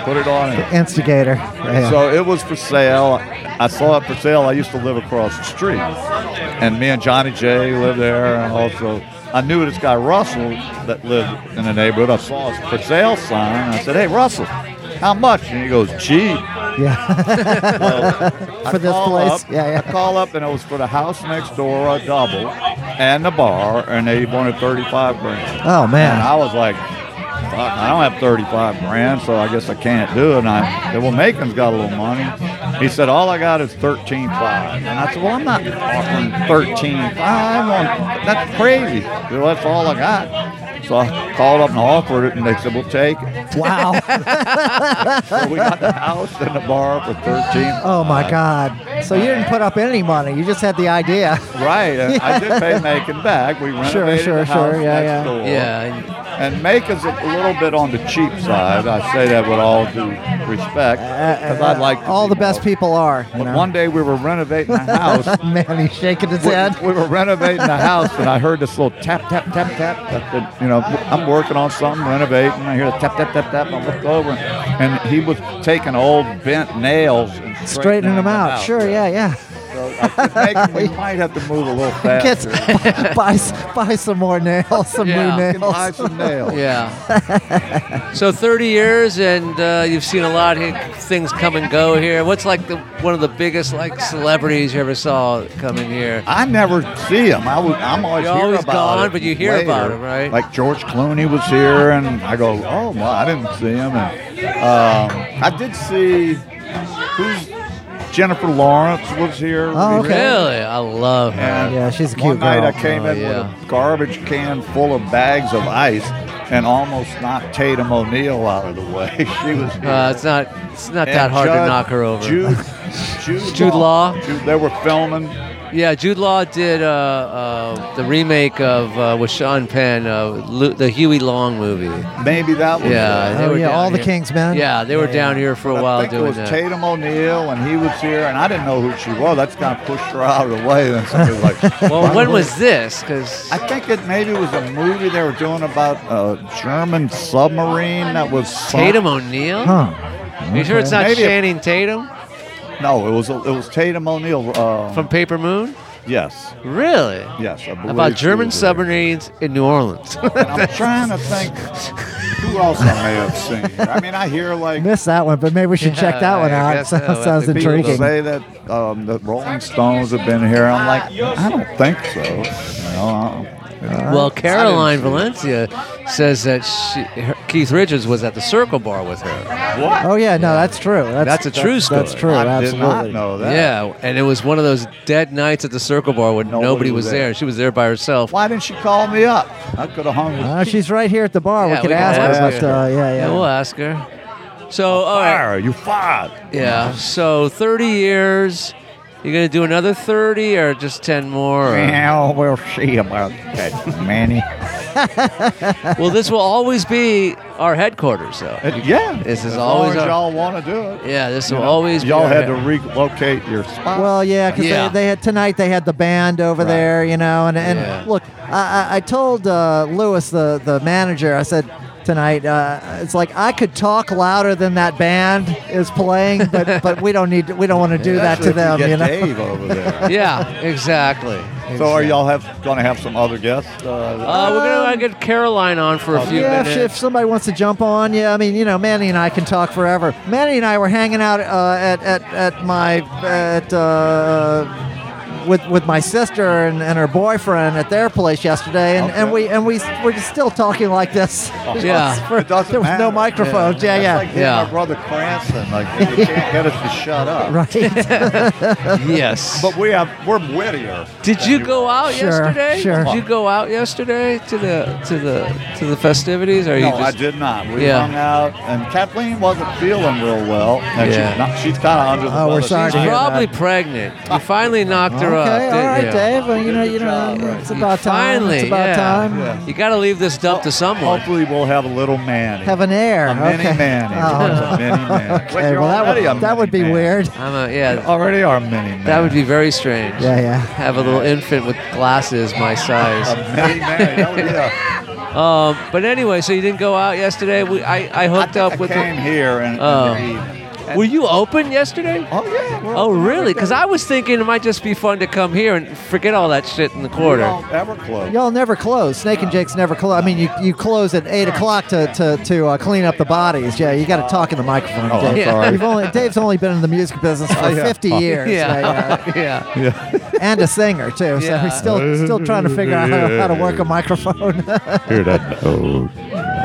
S6: put it on. It.
S1: Instigator. Yeah.
S6: So it was for sale. I saw it for sale. I used to live across the street. And me and Johnny J lived there. And also, I knew this guy Russell that lived in the neighborhood. I saw his for sale sign. And I said, Hey, Russell, how much? And he goes, Cheap.
S1: yeah.
S6: I
S1: For this
S6: call
S1: place?
S6: up-
S1: Yeah, yeah.
S6: I call up and it was for the house next door, a double, and the bar, and they wanted 35 grand.
S1: oh
S6: And
S1: man.
S6: I was like, fuck, I don't have 35 grand, so I guess I can't do it. And I said, well, Macon's got a little money. He said, all I got is 13.5. And I said, well, I'm not offering 13.5. I want- That's crazy. He said, That's all I got. So I called up and offered it, and they said, we'll take it.
S1: Wow.
S6: So we got the house and the bar for 13.
S1: Oh my God. So you didn't put up any money. You just had the idea.
S6: Right. and I did pay Macon back. We renovated
S1: sure, sure,
S6: the house
S1: yeah,
S6: next
S1: yeah.
S6: door.
S2: Yeah.
S6: And Macon's a little bit on the cheap side. I say that with all due respect, because I'd like to
S1: All
S6: be
S1: the best
S6: more.
S1: people are. You
S6: But
S1: know?
S6: one day we were renovating the house.
S1: man, he's shaking his
S6: We-
S1: head.
S6: We were renovating the house, and I heard this little tap, tap, tap, tap. I said, you know, I'm working on something, renovating. I hear the tap, tap, tap, tap. I look over, and he was taking old bent nails and
S1: Straightening them out. Sure, yeah, yeah.
S6: So I said, Macon, we might have to move a little
S1: Kids,
S6: faster.
S1: buy, s- buy some more nails, some
S2: Yeah.
S1: new
S6: can buy
S1: nails.
S6: some nails.
S2: Yeah. so 30 years, and uh, you've seen a lot of hi- things come and go here. What's like the one of the biggest like celebrities you ever saw come in here?
S6: I never see him. I was, I'm always
S2: You're
S6: hear
S2: always
S6: about
S2: gone,
S6: it
S2: but you hear
S6: later.
S2: about him, right?
S6: Like George Clooney was here, and I go, oh my, I didn't see him. And um, I did see who's Jennifer Lawrence was here.
S1: Oh, okay.
S2: Really? I love her.
S6: And
S1: Yeah, she's a
S6: one
S1: cute
S6: night
S1: girl.
S6: I came in
S2: Oh,
S6: with a garbage can full of bags of ice and almost knocked Tatum O'Neal out of the way. she was here.
S2: Uh, it's not it's not
S6: And
S2: that hard to
S6: Judd-
S2: knock her over.
S6: Jude, Jude,
S2: Jude Law?
S6: Jude- they were filming
S2: Yeah, Jude Law did uh, uh, the remake of uh, with Sean Penn, uh, Lu- the Huey Long movie.
S6: Maybe that was
S2: Yeah,
S6: it.
S2: they
S1: Oh,
S2: were
S1: yeah,
S2: down
S1: all the
S2: here.
S1: King's Men?
S2: Yeah, they were down here for a while
S6: I think
S2: doing
S6: it was
S2: that.
S6: Tatum O'Neal, and he was here, and I didn't know who she was. I just kind of pushed her out of the way. And somebody was like,
S2: Well, when
S6: "Wow."
S2: was this? Because
S6: I think it maybe was a movie they were doing about a German submarine that was sunk.
S2: Tatum O'Neal.
S1: Huh.
S2: You sure it's not
S6: Maybe it-
S2: Channing Tatum
S6: No, it was it was Tatum O'Neal. Uh,
S2: from Paper Moon?
S6: yes,
S2: Really?
S6: yes. I believe
S2: About
S6: she
S2: German
S6: was there.
S2: submarines in New Orleans.
S6: I'm trying to think who else I may have seen. I mean, I hear like
S1: Missed that one, but maybe we should check that
S2: Yeah,
S1: one
S2: I
S1: out.
S2: guess so.
S1: Sounds- sounds
S2: People
S6: people
S1: intriguing.
S6: say that um, the Rolling Stones have been here. I'm like, I don't think so. You know, I don't-
S2: well, Caroline Valencia says that she, her, Keith Richards was at the Circle Bar with her.
S1: Oh yeah, no, that's true. That's,
S2: That's a true
S1: that's- That's
S2: story.
S1: true.
S6: I did
S1: absolutely.
S6: not know that.
S2: Yeah, and it was one of those dead nights at the Circle Bar when nobody,
S6: Nobody
S2: was
S6: was
S2: there.
S6: there.
S2: She was there by herself.
S6: Why didn't she call me up? I could have hung with
S1: Uh, she's right here at the bar.
S2: Yeah,
S1: we could
S2: we can
S1: ask
S2: ask
S1: her,
S2: her.
S1: but uh, yeah,
S2: Yeah,
S1: yeah.
S2: we'll ask her. So, all right.
S6: fire. You fired.
S2: Yeah. So 30 years. You're gonna do another 30 or just 10 more? or-
S6: Well, we'll see about that, Manny.
S2: well, this will always be our headquarters, though.
S6: It- Uh, yeah.
S2: This is
S6: as
S2: always
S6: long as
S2: our-
S6: y'all want to do it.
S2: Yeah, this will
S6: You know,
S2: always. be
S6: y'all
S2: our
S6: had
S2: head-
S6: to relocate your spot.
S1: Well, yeah, because
S2: Yeah.
S1: they, they had tonight. They had the band over
S6: Right.
S1: there, you know. And, and
S2: Yeah.
S1: look, I, I- I told uh, Lewis, the the manager, I said tonight, uh, it's like I could talk louder than that band is playing, but but we don't need, to- we don't want to do that
S6: Especially
S1: to them,
S6: if you,
S1: you,
S6: get
S1: know.
S6: Dave over there.
S2: Yeah, exactly.
S6: So are y'all have going to have some other guests? Uh,
S2: Uh, we're gonna uh, get Caroline on for a few
S1: Oh, Yeah, if,
S2: minutes.
S1: if somebody wants to jump on, yeah. I mean, you know, Manny and I can talk forever. Manny and I were hanging out uh, at, at, at my at uh, with with my sister and, and her boyfriend at their place yesterday, and, and
S6: Okay. Oh.
S1: we and we we're just still talking like this.
S2: Yeah.
S1: For-
S6: It doesn't
S1: there was no
S6: matter.
S1: microphones. Yeah, yeah.
S6: That's like me and
S2: Yeah.
S6: my brother Cranston. Like you can't get us to shut up.
S1: right.
S2: yes.
S6: But we have we're wittier.
S2: Did you go out
S1: Sure,
S2: yesterday?
S1: sure.
S2: Did you go out yesterday to the to the to the festivities? Or you
S6: No,
S2: just,
S6: I did not. We
S2: Yeah.
S6: hung out, and Kathleen wasn't feeling real well, and
S2: Yeah.
S6: she's, not, she's kind of under the
S1: Oh, we're
S6: weather.
S1: sorry to
S6: She's
S1: hear
S6: not-
S2: Probably pregnant. You finally knocked her up.
S1: okay. All
S2: didn't
S1: right,
S2: you?
S1: Dave. Well, you know, you know, it's about time.
S2: Finally,
S1: It's about
S2: yeah.
S1: time.
S6: Yeah.
S2: You got to leave this dump to someone.
S6: Hopefully, we'll have a little Manny.
S1: Have an air.
S6: a mini
S1: okay.
S6: Manny.
S1: Oh.
S6: A mini Manny. Wait,
S1: Okay,
S6: you're
S1: well, that
S6: already a
S1: would, that
S6: mini
S1: would be
S6: Manny.
S1: weird.
S2: I'm a, yeah.
S6: Already are a mini Manny.
S2: That would be very strange.
S1: Yeah, yeah.
S2: Have a little infant with glasses my
S6: a
S1: Um,
S2: size.
S6: mini Manny. That would be a,
S2: Um, but anyway, so you didn't go out yesterday. We, I, I hooked
S6: I
S2: up with.
S6: came here and.
S2: Oh.
S6: and-
S2: were you open yesterday?
S6: Oh yeah. we're
S2: Oh,
S6: open
S2: really? Because
S6: every
S2: I was thinking it might just be fun to come here and forget all that shit in the
S6: day.
S2: quarter.
S6: We don't ever close.
S1: Y'all never close. Snake and Jake's never close. I mean, you, you close at eight o'clock to to, to uh, clean up the bodies. Yeah, you got to talk in the microphone.
S6: Oh, I'm
S1: Dave.
S6: sorry.
S1: You've only, Dave's only been in the music business for
S6: yeah.
S1: fifty years. uh, yeah,
S2: Yeah. yeah.
S6: Yeah.
S1: yeah. and a singer too. So
S2: Yeah.
S1: we're still still trying to figure out how to, how to work a microphone.
S6: Hear that? Oh.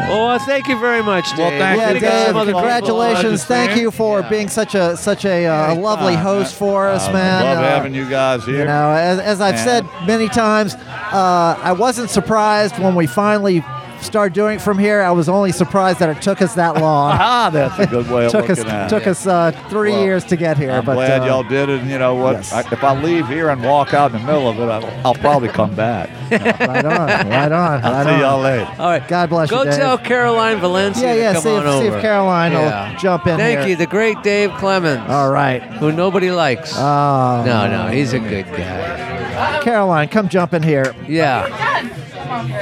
S2: Well, uh, thank you very much, Dave.
S6: Well,
S1: yeah,
S6: thank you.
S2: We're gonna get
S1: Dave,
S2: some other people on.
S1: congratulations. Thank you for being such a such a uh, lovely host for us, man.
S6: Love
S1: Uh,
S6: having you guys here.
S1: You know, as, as I've
S6: Yeah.
S1: said many times, uh, I wasn't surprised when we finally started doing it from here. I was only surprised that it took us that long.
S6: Ah, that's a good way of
S1: took us
S6: looking at
S1: took
S6: it.
S1: us uh, three
S6: Well,
S1: years to get here.
S6: I'm
S1: but
S6: glad
S1: uh,
S6: y'all did it. And you know what?
S1: yes.
S6: I, if I leave here and walk out in the middle of it, I'll, I'll probably come back.
S1: right on, right on,
S6: I'll
S1: right
S6: see
S1: on.
S6: y'all later.
S2: All right.
S1: God bless
S2: Go
S1: you, Dave.
S2: tell Caroline Valencia.
S1: Yeah,
S2: to
S1: yeah,
S2: Come
S1: see if-
S2: on
S1: see if
S2: over.
S1: Caroline will jump in
S2: Thank
S1: here.
S2: you, the great Dave Clemens.
S1: All right.
S2: Who nobody likes.
S1: Oh,
S2: no, no, he's a good guy.
S1: Caroline, come jump in here.
S2: Yeah.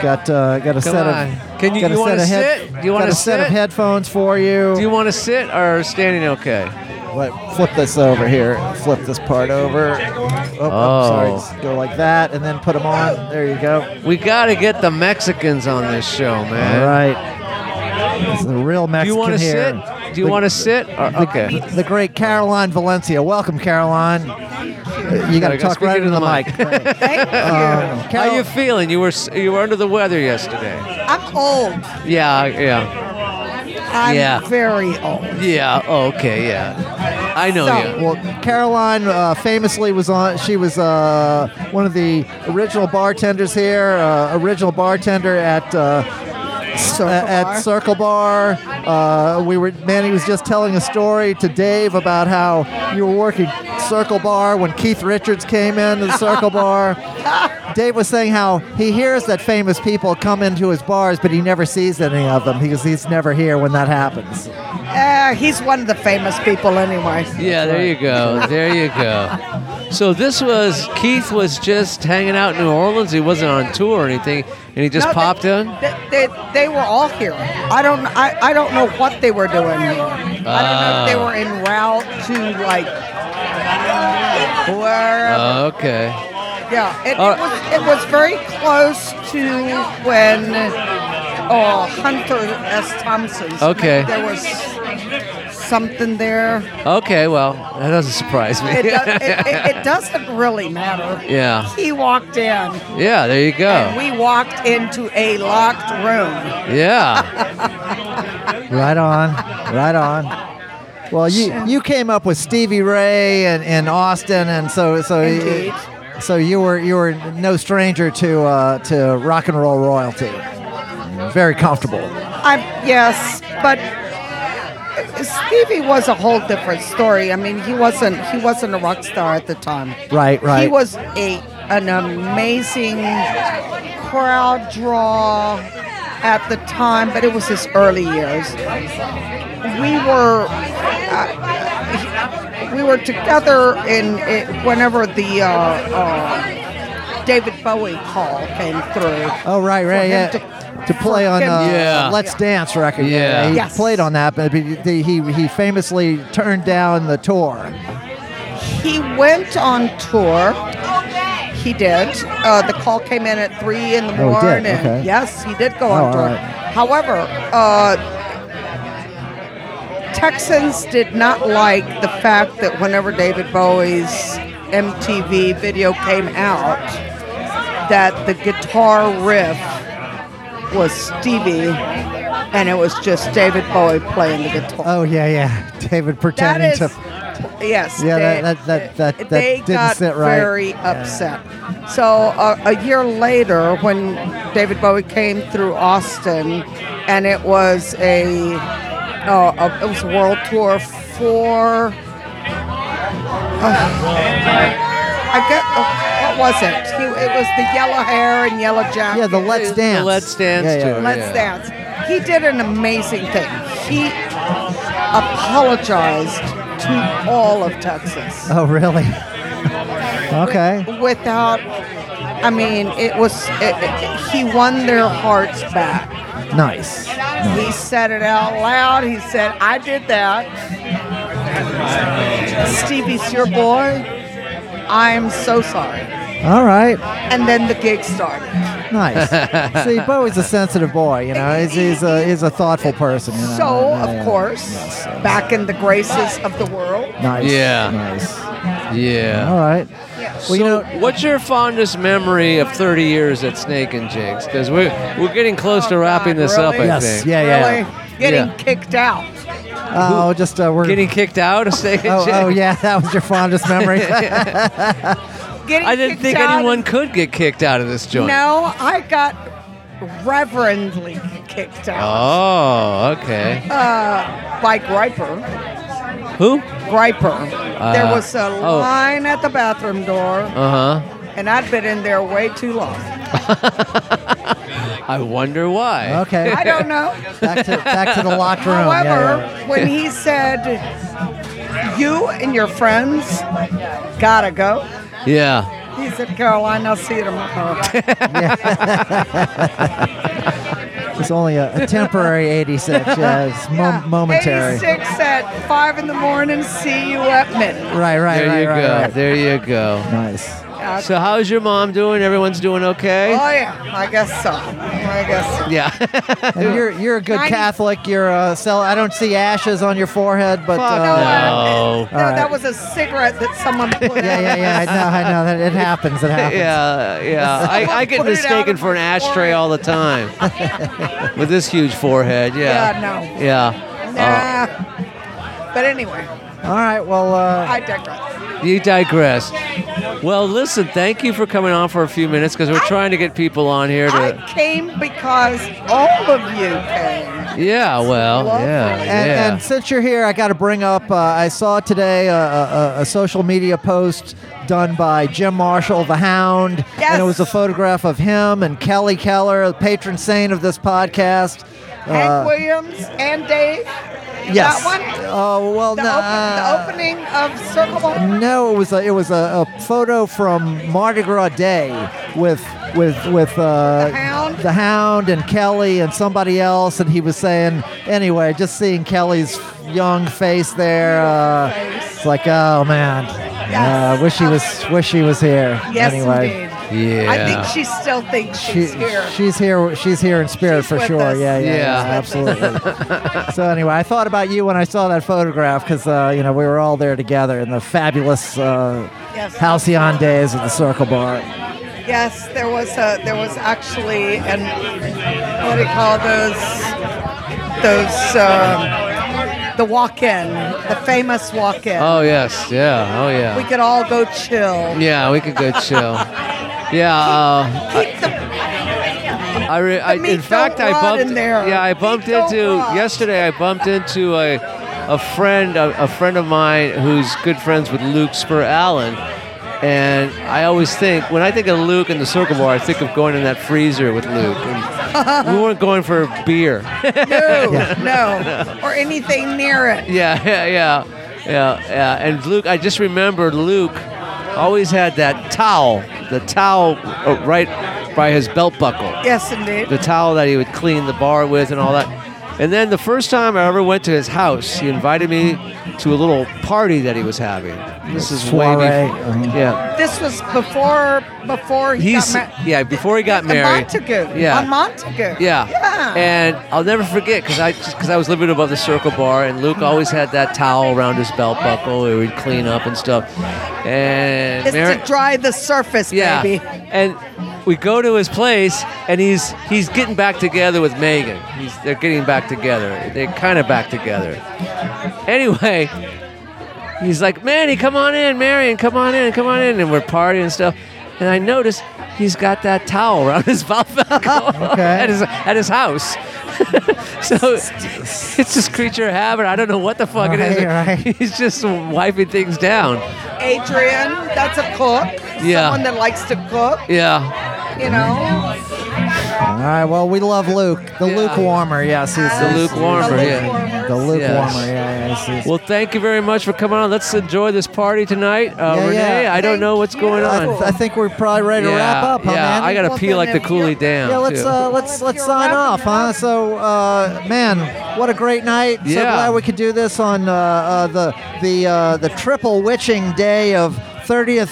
S1: Got uh, got a
S2: Come
S1: set
S2: on.
S1: of
S2: Can you-
S1: got a
S2: you wanna
S1: set of head-
S2: sit? Do you wanna
S1: got a set of
S2: sit?
S1: headphones for you.
S2: Do you want to sit or standing okay?
S1: Wait, flip this over here. Flip this part over. Oh,
S2: Oh.
S1: I'm sorry. Just go like that, and then put them on. There you go.
S2: We got to get the Mexicans on this show,
S1: All
S2: man.
S1: right. This is a real
S2: Do you
S1: Mexican
S2: want to
S1: here.
S2: sit? Do you want to sit? Or, okay.
S1: The great Caroline Valencia. Welcome, Caroline. You got to
S2: Gotta go
S1: talk
S2: speak
S1: right
S2: into
S1: into the
S2: the
S1: mic. Um,
S2: How
S1: Carol-
S2: you feeling? You were s- you were under the weather yesterday.
S7: I'm old.
S2: Yeah, yeah,
S7: I'm
S2: Yeah.
S7: very old.
S2: yeah. Okay, yeah. I know
S7: So-
S2: you.
S1: Well, Caroline uh, famously was on. She was uh, one of the original bartenders here. Uh, original bartender at. Uh,
S7: Circle
S1: at, at
S7: Bar.
S1: Circle Bar. Uh, we were Manny was just telling a story to Dave about how you were working Circle Bar when Keith Richards came into the Circle Bar. Dave was saying how he hears that famous people come into his bars, but he never sees any of them because he's never here when that happens.
S7: Uh, he's one of the famous people, anyway.
S2: Yeah, there you go. There you go. So this was Keith was just hanging out in New Orleans. He wasn't on tour or anything, and he just
S7: No, they-
S2: popped in.
S7: They, they, they were all here. I don't I, I don't know what they were doing here. I don't know if they
S2: Ah.
S7: were en route to like
S2: Uh,
S7: wherever.
S2: Okay.
S7: yeah, it,
S2: all
S7: it was it was very close to when oh Hunter S. Thompson.
S2: Okay.
S7: There was something there.
S2: Okay. Well, that doesn't surprise me.
S7: It, do, it, it, it doesn't really matter.
S2: Yeah. Oh.
S7: He walked in.
S2: yeah. There you
S7: And
S2: go.
S7: we walked into a locked room.
S2: Yeah.
S1: Right on, right on. Well, you you came up with Stevie Ray and in Austin, and so so
S7: Indeed.
S1: so you were you were no stranger to uh, to rock and roll royalty. Very comfortable.
S7: I yes, but Stevie was a whole different story. I mean, he wasn't he wasn't a rock star at the time.
S1: Right, right.
S7: He was a an amazing crowd draw at the time, but it was his early years. We were uh, we were together in it, whenever the uh, uh, David Bowie call came through.
S1: Oh right,
S7: for
S1: right,
S7: him
S1: yeah.
S7: to-
S1: To play
S7: for
S1: on uh,
S7: him to-
S2: Yeah.
S1: Let's Dance record,
S2: Yeah.
S1: he
S7: Yes.
S1: played on that, but he he he famously turned down the tour.
S7: He went on tour. He did. Uh, the call came in at three in the
S1: Oh, it did?
S7: morning.
S1: Okay.
S7: Yes, he did go
S1: Oh,
S7: on tour.
S1: all right.
S7: However, uh, Texans did not like the fact that whenever David Bowie's MTV video came out, that the guitar riff was Stevie, and it was just David Bowie playing the guitar.
S1: Oh yeah, yeah. David
S7: That
S1: pretending
S7: is,
S1: to
S7: yes.
S1: Yeah, that-
S7: they,
S1: that- that- that- that
S7: they
S1: didn't
S7: got
S1: sit right.
S7: very upset. So uh, a year later, when David Bowie came through Austin, and it was a, uh, a it was a world tour for. uh, I get uh, what was it? He, it was the yellow hair and yellow jacket.
S1: yeah. The Let's
S2: The
S1: Dance.
S2: Let's Dance
S1: Yeah, Oh, yeah.
S2: tour.
S7: Let's
S2: Yeah.
S7: Dance. He did an amazing thing. He apologized to all of Texas
S1: Oh really? okay.
S7: without. I mean, it was it, it- he won their hearts back.
S1: Nice.
S7: He said it out loud. He said, "I did that." Stevie's your boy. I'm so sorry.
S1: All right.
S7: And then the gig started.
S1: Nice. See, Bowie's a sensitive boy. You know, he's, he's a he's a thoughtful person. You know? uh,
S7: So,
S1: Yeah,
S7: of
S1: yeah.
S7: course,
S1: Yes, yes.
S7: back in the graces of the world.
S1: Nice.
S2: Yeah.
S1: Nice.
S2: Yeah.
S1: All right. Well, you know,
S2: What's your fondest memory of 30 years at Snake and Jinx? Because we're we're getting close to
S7: Oh,
S2: wrapping
S7: God,
S2: this up. I
S7: really?
S1: Yes,
S2: think.
S1: yeah, yeah.
S7: Really getting
S2: Yeah.
S7: kicked out.
S1: Oh, just uh, we're
S2: Getting kicked out of Snake and
S1: Oh,
S2: Jinx.
S1: oh yeah, that was your fondest memory.
S7: Getting
S2: I didn't
S7: kicked
S2: think
S7: out.
S2: anyone could get kicked out of this joint.
S7: No, I got reverently kicked out.
S2: Oh, okay.
S7: By Griper.
S2: Who?
S7: Griper. there
S2: Uh,
S7: was a
S2: oh.
S7: line at the bathroom door,
S2: Uh huh.
S7: and I'd been in there way too long.
S2: I wonder why.
S1: Okay.
S7: I don't know.
S1: Back to back to the locker room. Yeah,
S7: However,
S1: yeah.
S7: when he said, you and your friends gotta go,
S2: Yeah.
S7: he said, Caroline, I'll see you tomorrow.
S1: It's only a, a temporary 86. Yeah, it's mom-
S7: Yeah.
S1: momentary.
S7: 86 at 5 in the morning, see you at midnight.
S1: Right, right,
S2: There
S1: right,
S2: you
S1: right,
S2: go.
S1: right.
S2: There you go.
S1: Nice.
S7: Uh,
S2: So, how's your mom doing? Everyone's doing okay?
S7: Oh, yeah, I guess so. I guess so.
S2: Yeah.
S1: And you're you're a good
S7: Ninety-
S1: Catholic. You're a cell. I don't see ashes on your forehead, but
S7: Fuck,
S1: uh,
S2: no.
S7: No, that was a cigarette that someone put
S1: yeah,
S7: out.
S1: yeah, yeah. I know, I know that it happens. It happens.
S2: Yeah, yeah. I, I get
S7: Put it out
S2: mistaken
S7: of
S2: for an
S7: my
S2: ashtray all the time. With this huge forehead, yeah.
S7: Yeah,
S2: no. Yeah.
S7: Nah.
S1: Uh,
S7: But anyway,
S1: All right. Well, uh,
S7: I digress.
S2: Oh, you digress. Well, listen, thank you for coming on for a few minutes because we're trying to get people on here to.
S7: I came because all of you came.
S2: Yeah, well, yeah,
S1: and,
S2: yeah.
S1: and since you're here, I got to bring up. Uh, I saw today a, a, a- a social media post done by Jim Marshall, the Hound,
S7: Yes.
S1: and it was a photograph of him and Kelly Keller, the patron saint of this podcast. Uh,
S7: Hank Williams and Dave.
S1: Yes.
S7: That one?
S1: Oh well,
S7: The,
S1: no.
S7: open, the opening of Circle Bar.
S1: No, it was a, it was a, a photo from Mardi Gras Day with with with uh,
S7: The Hound?
S1: the Hound and Kelly and somebody else, and he was saying anyway, just seeing Kelly's young face there, uh, it's like oh man,
S7: Yes.
S1: uh, wish he was wish he was here.
S7: Yes,
S1: anyway.
S7: indeed.
S2: Yeah.
S7: I think she still thinks
S1: She,
S7: she's here.
S1: she's here. She's here in spirit
S7: She's
S1: for
S7: with
S1: sure.
S7: us.
S1: Yeah, yeah,
S2: Yeah.
S1: yeah, absolutely. so anyway, I thought about you when I saw that photograph because uh, you know we were all there together in the fabulous uh,
S7: Yes.
S1: halcyon days at the Circle Bar.
S7: Yes, there was a there was actually an what do you call those those um, the walk-in, the famous walk-in.
S2: oh, yes, yeah, oh, yeah.
S7: we could all go chill.
S2: Yeah, we could go chill. Yeah, uh,
S7: Keep the,
S2: I, re- I
S7: meat
S2: in fact
S7: don't
S2: I
S7: rot
S2: bumped
S7: in there.
S2: yeah I
S7: Meat
S2: bumped
S7: don't
S2: into
S7: rot.
S2: yesterday I bumped into a a friend a, a friend of mine who's good friends with Luke Spur Allen. And I always think when I think of Luke and the Circle Bar, I think of going in that freezer with Luke. And we weren't going for a beer.
S7: no, no, or anything near it.
S2: Yeah, yeah, yeah, yeah, yeah. And Luke, I just remember Luke always had that towel, the towel uh, right by his belt buckle,
S7: Yes, indeed.
S2: the towel that he would clean the bar with and all that. And then the first time I ever went to his house, he invited me to a little party that he was having. This is way
S1: Soiree,
S2: before.
S1: um,
S2: Yeah.
S7: This was before before he
S2: He's
S7: got married.
S2: yeah before he got married.
S7: Montague.
S2: Yeah.
S7: On Montague.
S2: Yeah.
S7: Yeah.
S2: And I'll never forget because I because I was living above the Circle Bar, and Luke always had that towel around his belt buckle where he'd clean up and stuff. And
S7: it's
S2: Mary-
S7: to dry the surface,
S2: yeah,
S7: baby.
S2: and we go to his place, and he's he's getting back together with Megan. He's they're getting back together. They're kind of back together. Anyway, he's like, Manny, come on in, Marion, come on in, come on in, and we're partying and stuff. And I notice he's got that towel around his buffalo at his at his house. so it's this creature of habit. I don't know what the fuck it is.
S1: Right, right.
S2: He's just wiping things down.
S7: Adrian, that's a cook.
S2: Yeah.
S7: Someone that likes to cook,
S2: Yeah,
S7: you know.
S1: All right. Well, we love Luke. The
S2: Yeah.
S1: Luke warmer. Yes. He's,
S2: the
S1: he's-
S2: lukewarmer.
S7: The
S2: Yeah.
S7: lukewarmer.
S1: The Luke
S2: Yes.
S1: warmer. Yeah. yeah, he's- he's-
S2: Well, thank you very much for coming on. Let's enjoy this party tonight. Uh,
S1: Yeah,
S2: Renee,
S1: yeah.
S2: I don't know what's going
S1: I,
S2: on.
S1: I think we're probably ready to wrap up, huh,
S2: yeah,
S1: man?
S2: I gotta
S7: Well,
S2: pee
S7: then
S2: like the
S7: if you're-
S2: coolie down.
S1: yeah, let's
S2: too.
S1: uh, let's let's sign off, huh? So, uh, man, what a great night! So
S2: Yeah.
S1: glad we could do this on uh, uh, the the uh, the triple witching day of 30th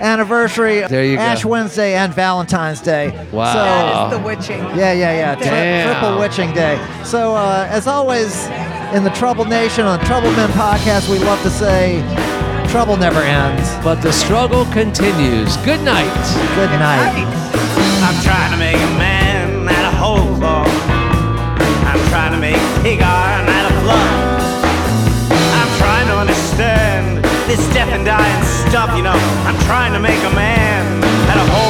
S1: anniversary,
S2: There you go.
S1: Ash Wednesday, and Valentine's Day.
S2: Wow.
S1: So,
S7: That
S2: Oh.
S7: is the witching.
S1: yeah, yeah, yeah. Tri-
S2: Damn.
S1: Triple Witching Day. So, uh, as always, in the Trouble Nation on Trouble Men podcast, we love to say, trouble never ends.
S2: but the struggle continues. Good night.
S1: Good night.
S4: I'm trying to make a man out of whole cloth. I'm trying to make pig iron out of fluff. I'm trying to understand this deaf and dying stuff, you know. I'm trying to make a man out of whole